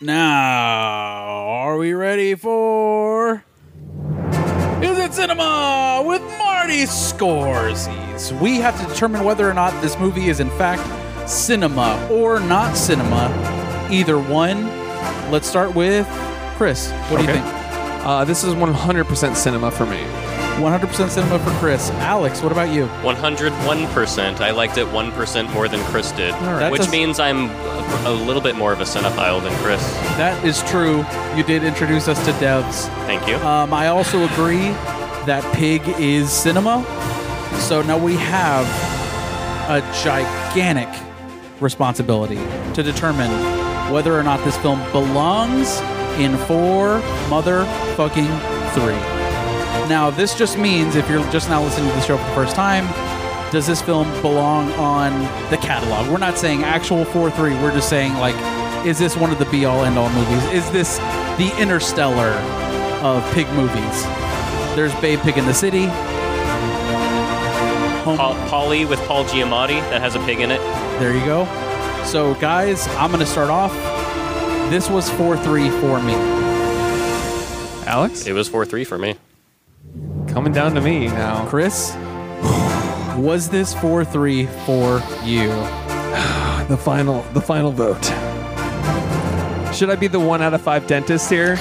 S1: Now, are we ready for Is It Cinema with Marty Scorsese? We have to determine whether or not this movie is in fact cinema or not cinema. Either one. Let's start with Chris. What do you
S3: Okay.
S1: think?
S3: Uh, this is 100% cinema for me.
S1: 100% cinema for Chris. Alex, what about you?
S2: 101%. I liked it 1% more than Chris did.
S1: right.
S2: Which
S1: That's a-
S2: means I'm a- a little bit more of a cinephile than Chris.
S1: That is true. You did introduce us to devs.
S2: Thank you.
S3: Uh,
S1: Um, I also agree that Pig is cinema. So now we have a gigantic responsibility to determine whether or not this film belongs in four motherfucking three. Now, this just means if you're just now listening to the show for the first time, does this film belong on the catalog? We're not saying actual 4 3. We're just saying, like, is this one of the be all end all movies? Is this the interstellar of pig movies? There's Babe Pig in the City. Home-
S2: Paul, Polly with Paul Giamatti that has a pig in it.
S1: there you go. So, guys, I'm going to start off. This was 4 3 for me.
S3: Alex,
S2: It was four three for me.
S3: coming down to me now.
S1: Chris, was this 4 3 for you?
S3: The final the final vote. Should I be the one out of five dentist here?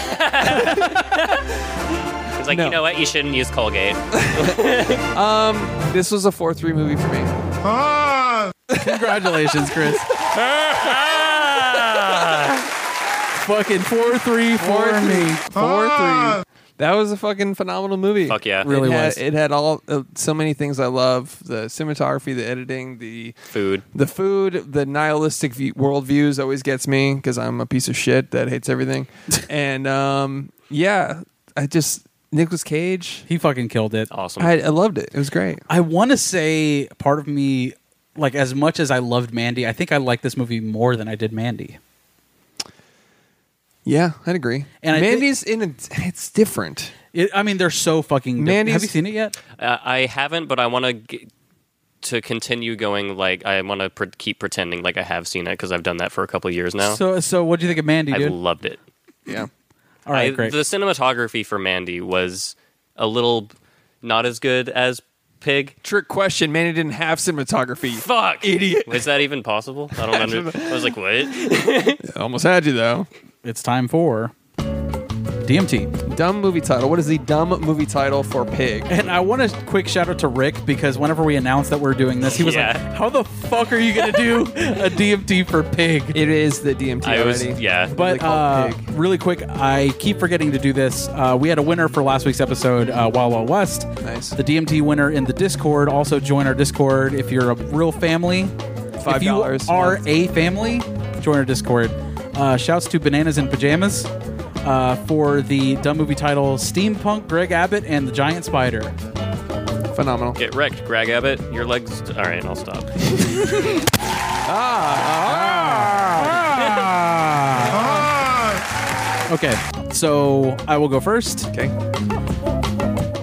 S2: It's like,
S3: No.
S2: you know what? You shouldn't use Colgate.
S3: This was a 4 3 movie for me.
S1: Congratulations, Chris. Fucking four three for me.
S3: 4 3. That was a fucking phenomenal movie.
S2: Fuck yeah.
S1: Really
S3: it had,
S1: was.
S3: It had all uh, so many things I love: the cinematography, the editing, the
S2: Food.
S3: the food, the nihilistic view, worldviews always gets me because I'm a piece of shit that hates everything. and um, yeah, I just Nicolas Cage.
S1: He fucking killed it.
S2: Awesome.
S3: I, I loved it. It was great.
S1: I want to say part of me, like as much as I loved Mandy, I think I like this movie more than I did Mandy.
S3: Yeah, I'd agree.
S1: And I
S3: Mandy's in a, it's different.
S1: It, I mean, they're so fucking. Mandy,
S3: Mandy's-
S1: have you seen it yet?
S2: Uh, I haven't, but I want to g- to continue going. Like I want to pre- keep pretending like I have seen it because I've done that for a couple years now.
S1: So, so what do you think of Mandy,
S2: I've
S1: dude?
S2: loved it.
S3: Yeah.
S1: All right,
S2: I-
S1: great.
S2: The cinematography for Mandy was a little not as good as Pig.
S3: Trick question. Mandy didn't have cinematography.
S2: Fuck,
S3: Idiot.
S2: Was that even possible? I don't understand. I was like, what?
S3: Almost had you though.
S1: it's time for DMT.
S3: Dumb movie title. What is the dumb movie title for Pig?
S1: And I want a quick shout out to Rick because whenever we announced that we are doing this, he was
S2: Yeah.
S1: like, "How the fuck are you gonna do a DMT for pig?"
S3: It is the DMT
S2: I was
S3: already.
S2: yeah.
S1: But
S3: They call it
S1: uh,
S3: pig.
S1: really quick, I keep forgetting to do this. Uh, we had a winner for last week's episode, uh, Wild Wild West.
S3: Nice.
S1: The DMT winner in the Discord. Also join our Discord if you're a real family.
S3: Five
S1: if you
S3: dollars a
S1: are
S3: month.
S1: a family, join our Discord. Uh, shouts to Bananas in Pajamas uh, for the dumb movie title Steampunk, Greg Abbott, and the Giant Spider.
S3: Phenomenal.
S2: Get wrecked, Greg Abbott. Your legs. All right, I'll stop.
S1: Okay, so I will go first.
S3: Okay.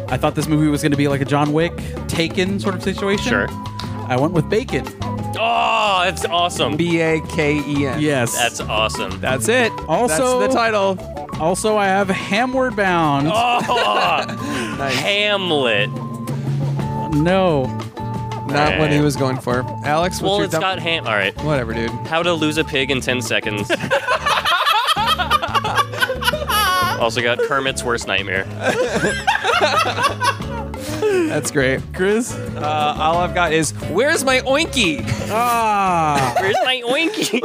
S1: I thought this movie was going to be like a John Wick, Taken sort of situation.
S2: Sure.
S1: I went with Bacon.
S2: Oh, that's awesome.
S3: B A K E N.
S1: Yes.
S2: That's awesome.
S3: That's it.
S1: Also-
S3: That's the title. Oh.
S1: Also, I have Hamward Bound.
S2: Hamlet.
S1: No.
S3: Not what he was going for. Alex, what's
S2: Well,
S3: your
S2: it's
S3: dumb-
S2: got ham. All right.
S3: Whatever, dude.
S2: How to lose a pig in 10 seconds. also got Kermit's worst nightmare.
S3: That's great.
S1: Chris?
S3: Uh, all I've got is where's my oinky?
S1: Ah,
S2: Where's my oinky?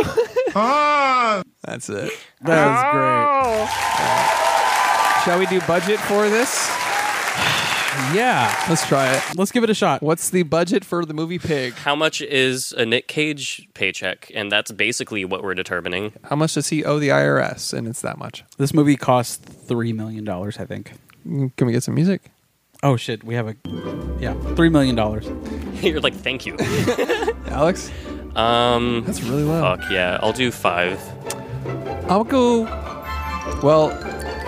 S3: That's it.
S1: that was
S2: Ah!
S3: Shall we do budget for this?
S1: great. Yeah.
S3: Let's try it.
S1: Let's give it a shot.
S3: What's the budget for the movie Pig?
S2: How much is a Nick Cage paycheck? And that's basically what we're determining.
S3: How much does he owe the IRS? And it's that much.
S1: This movie cost $3 million, I think.
S3: Mm, Can we get some music?
S1: Oh, shit. We have a. Yeah, $3 million.
S2: You're like, thank you.
S3: Alex,
S2: Um,
S3: that's really low.
S2: fuck yeah. I'll do five.
S3: I'll go. Well,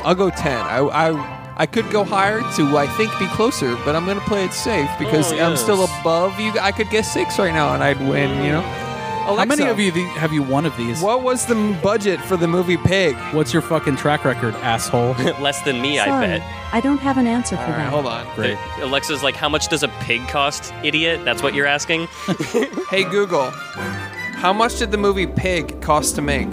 S3: I'll go ten. I, I I could go higher to I think be closer, but I'm gonna play it safe because
S2: Oh,
S3: I'm
S2: yes.
S3: still above you. I could get six right now and I'd win. You know. Alexa,
S1: How many of you thi- have you won of these?
S3: What was the m- budget for the movie Pig?
S1: What's your fucking track record, asshole?
S2: Less than me, I
S5: Sorry,
S2: bet.
S5: I don't have an answer for
S3: All right,
S5: that.
S3: hold on.
S1: Great.
S2: Alexa's like, how much does a pig cost, idiot? That's what you're asking?
S3: Hey Google, how much did the movie Pig cost to make?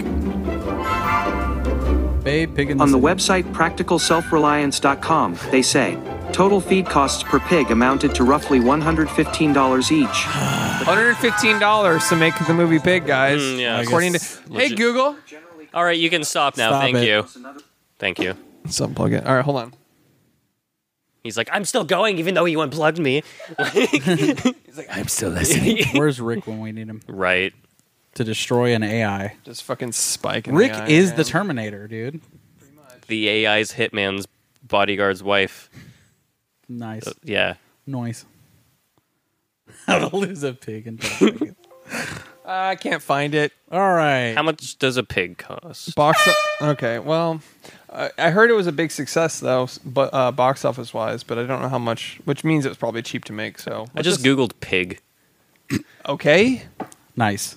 S1: Babe, pig in
S6: On the
S1: City.
S6: website practicalselfreliance.com, they say total feed costs per pig amounted to roughly $115 each.
S3: 115 dollars to make the movie Pig, guys.
S2: Mm, yeah. I
S3: According to
S1: guess
S3: Hey
S2: legit-
S3: Google,
S2: All right, you can stop now.
S1: Stop
S2: thank
S1: it.
S2: you. Thank you.
S3: let's unplug it. All right, hold on.
S2: He's like, I'm still going, even though you unplugged me.
S3: I'm still listening.
S1: Where's Rick when we need him?
S2: Right.
S1: To destroy an AI.
S3: Just fucking spike. in
S1: Rick
S3: the eye,
S1: is
S3: man.
S1: the Terminator, dude.
S2: The AI's hitman's bodyguard's wife. Uh,
S1: Nice.
S3: Uh,
S2: Yeah.
S1: Noise. How to lose a pig in 10 seconds.
S3: I can't find it.
S1: All right.
S2: How much does a pig cost?
S3: Box. okay. Well, I I heard it was a big success though, s- but uh, box office wise. But I don't know how much, which means it was probably cheap to make. So
S2: I just googled pig.
S3: okay.
S1: Nice.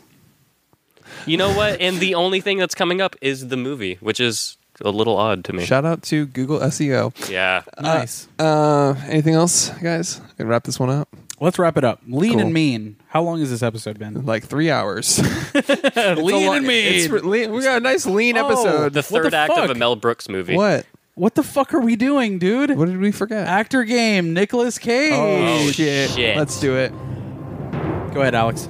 S2: You know what? And the only thing that's coming up is the movie, which is a little odd to me.
S3: Shout out to Google E SEO.
S2: yeah.
S1: Nice.
S3: Uh, anything else, guys? I can wrap this one up.
S1: Let's wrap it up. Lean
S3: Cool.
S1: and mean. How long has this episode been?
S3: Like three hours.
S1: lean and mean.
S3: It's re- lean- we got a nice lean
S1: Oh,
S3: episode.
S1: What
S2: The
S1: the
S2: third act
S1: fuck?
S2: of a Mel Brooks movie.
S3: what?
S1: what the fuck are we doing, dude?
S3: What did we forget?
S1: Actor game. Nicolas Cage.
S3: oh,
S2: Oh,
S3: shit.
S2: shit.
S3: Let's do it. Oh.
S1: Go ahead, Alex.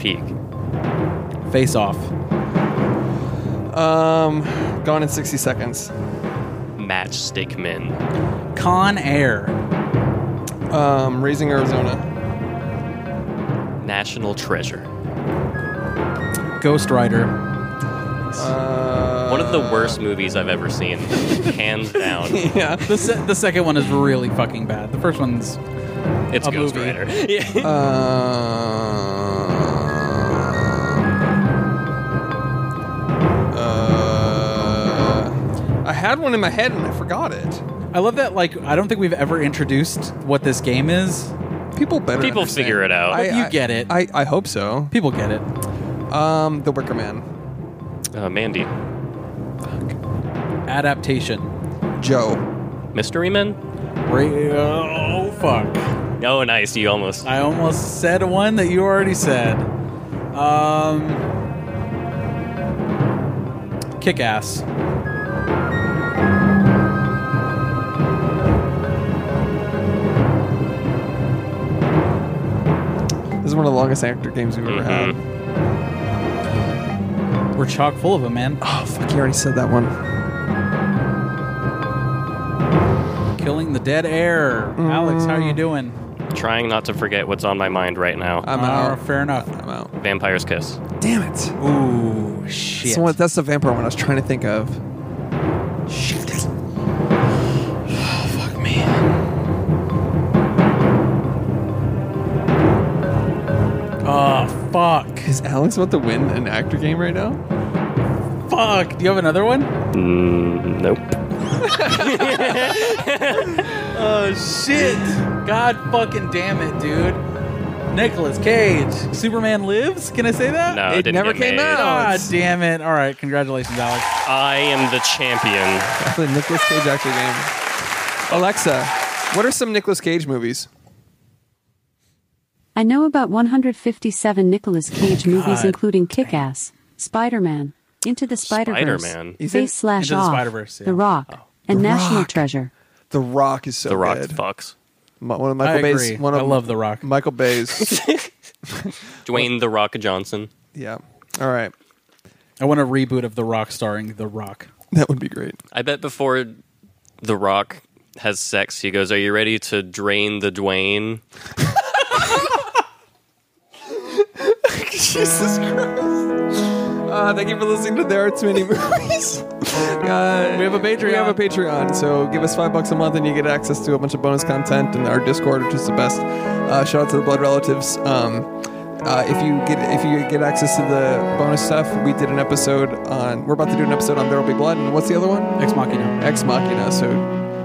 S2: Peak.
S1: Face off.
S3: Um, gone in sixty seconds.
S2: Matchstick Men.
S1: Con Air.
S3: Um, raising Arizona.
S2: National Treasure.
S1: Ghost Rider.
S3: Uh,
S2: One of the worst movies I've ever seen. Hands down.
S3: Yeah.
S1: The, se- the second one is really fucking bad. The first one's
S2: It's
S1: A
S2: Ghost
S1: movie.
S2: Rider. Yeah.
S3: Uh, uh, I had one in my head and I forgot it.
S1: I love that. Like, I don't think we've ever introduced what this game is.
S3: People better.
S2: People
S3: understand.
S2: figure it out.
S1: But you get it.
S3: I, I hope so.
S1: People get it.
S3: Um, The Wicker Man.
S2: Uh, Mandy.
S1: Adaptation.
S3: Joe.
S2: Mystery Men?
S1: Ra- oh fuck!
S2: Oh, nice. You almost.
S1: I almost said one that you already said. Um, kick ass.
S3: This is one of the longest actor games we've ever had.
S2: Mhm.
S1: We're chock full of them, man.
S3: Oh fuck! You already said that one.
S1: Killing the dead air. Alex, how are
S3: Mm.
S1: you doing?
S2: Trying not to forget what's on my mind right now.
S3: I'm
S1: Uh,
S3: out.
S1: fair enough.
S3: I'm out.
S2: Vampire's Kiss.
S3: Damn it!
S1: Ooh, shit.
S3: That's the, one, that's the vampire one I was trying to think of. Shit. fuck me.
S1: oh fuck!
S3: Is Alex about to win an actor game right now?
S1: Fuck! Do you have another one?
S2: Mm, nope.
S1: Oh shit! God fucking damn it, dude. Nicolas Cage. Superman lives. Can I say that?
S2: No, it,
S3: It
S2: didn't
S3: never
S2: get
S3: came
S2: made.
S3: out.
S1: God
S3: Alex.
S1: damn it. All right. Congratulations, Alex.
S2: I am the champion.
S3: That's the Nicolas Cage actor game. Alexa, what are some Nicolas Cage movies?
S5: I know about 157 Nicolas Cage movies,
S1: God.
S5: including Kick Ass, Spider Man, Into the Spider Verse,
S2: Spider-Man.
S3: Is it?
S5: Face Slash
S1: Into the
S5: Off,
S1: Spider-Verse, yeah. Oh.
S5: The Rock, and
S3: The
S5: National
S3: Rock.
S5: Treasure.
S3: The Rock is so
S2: the Rock
S3: good.
S2: fucks.
S3: Mi- One of Michael
S1: I
S3: Bay's.
S1: agree.
S3: One of
S1: I love The Rock.
S3: Michael Bay's.
S2: Dwayne the Rock Johnson.
S3: yeah. All right.
S1: I want a reboot of The Rock starring The Rock.
S3: That would be great.
S2: I bet before The Rock has sex, he goes, Are you ready to drain the Dwayne?
S3: Jesus Christ. Uh, thank you for listening to There Are Too Many Movies. Uh, we have a Patreon. We have a Patreon. So give us five bucks a month and you get access to a bunch of bonus content and our Discord, which is the best. Uh, shout out to the Blood Relatives. Um, uh, if you get if you get access to the bonus stuff, we did an episode on. We're about to do an episode on There Will Be Blood, and what's the other one?
S1: Ex Machina.
S3: Ex Machina. So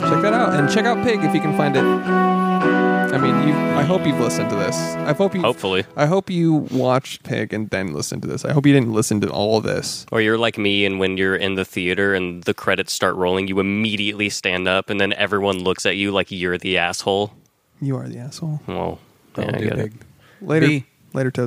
S3: check that out and check out Pig if you can find it. I mean, you. I hope you've listened to this. I hope you.
S2: Hopefully.
S3: I hope you watched Pig and then listened to this. I hope you didn't listen to all of this.
S2: Or you're like me, and when you're in the theater and the credits start rolling, you immediately stand up, and then everyone looks at you like you're the asshole.
S3: You are the asshole.
S2: Well, yeah,
S1: That'll
S2: I
S1: do
S2: get it.
S1: big.
S3: Later.
S1: B.
S3: Later, Toad.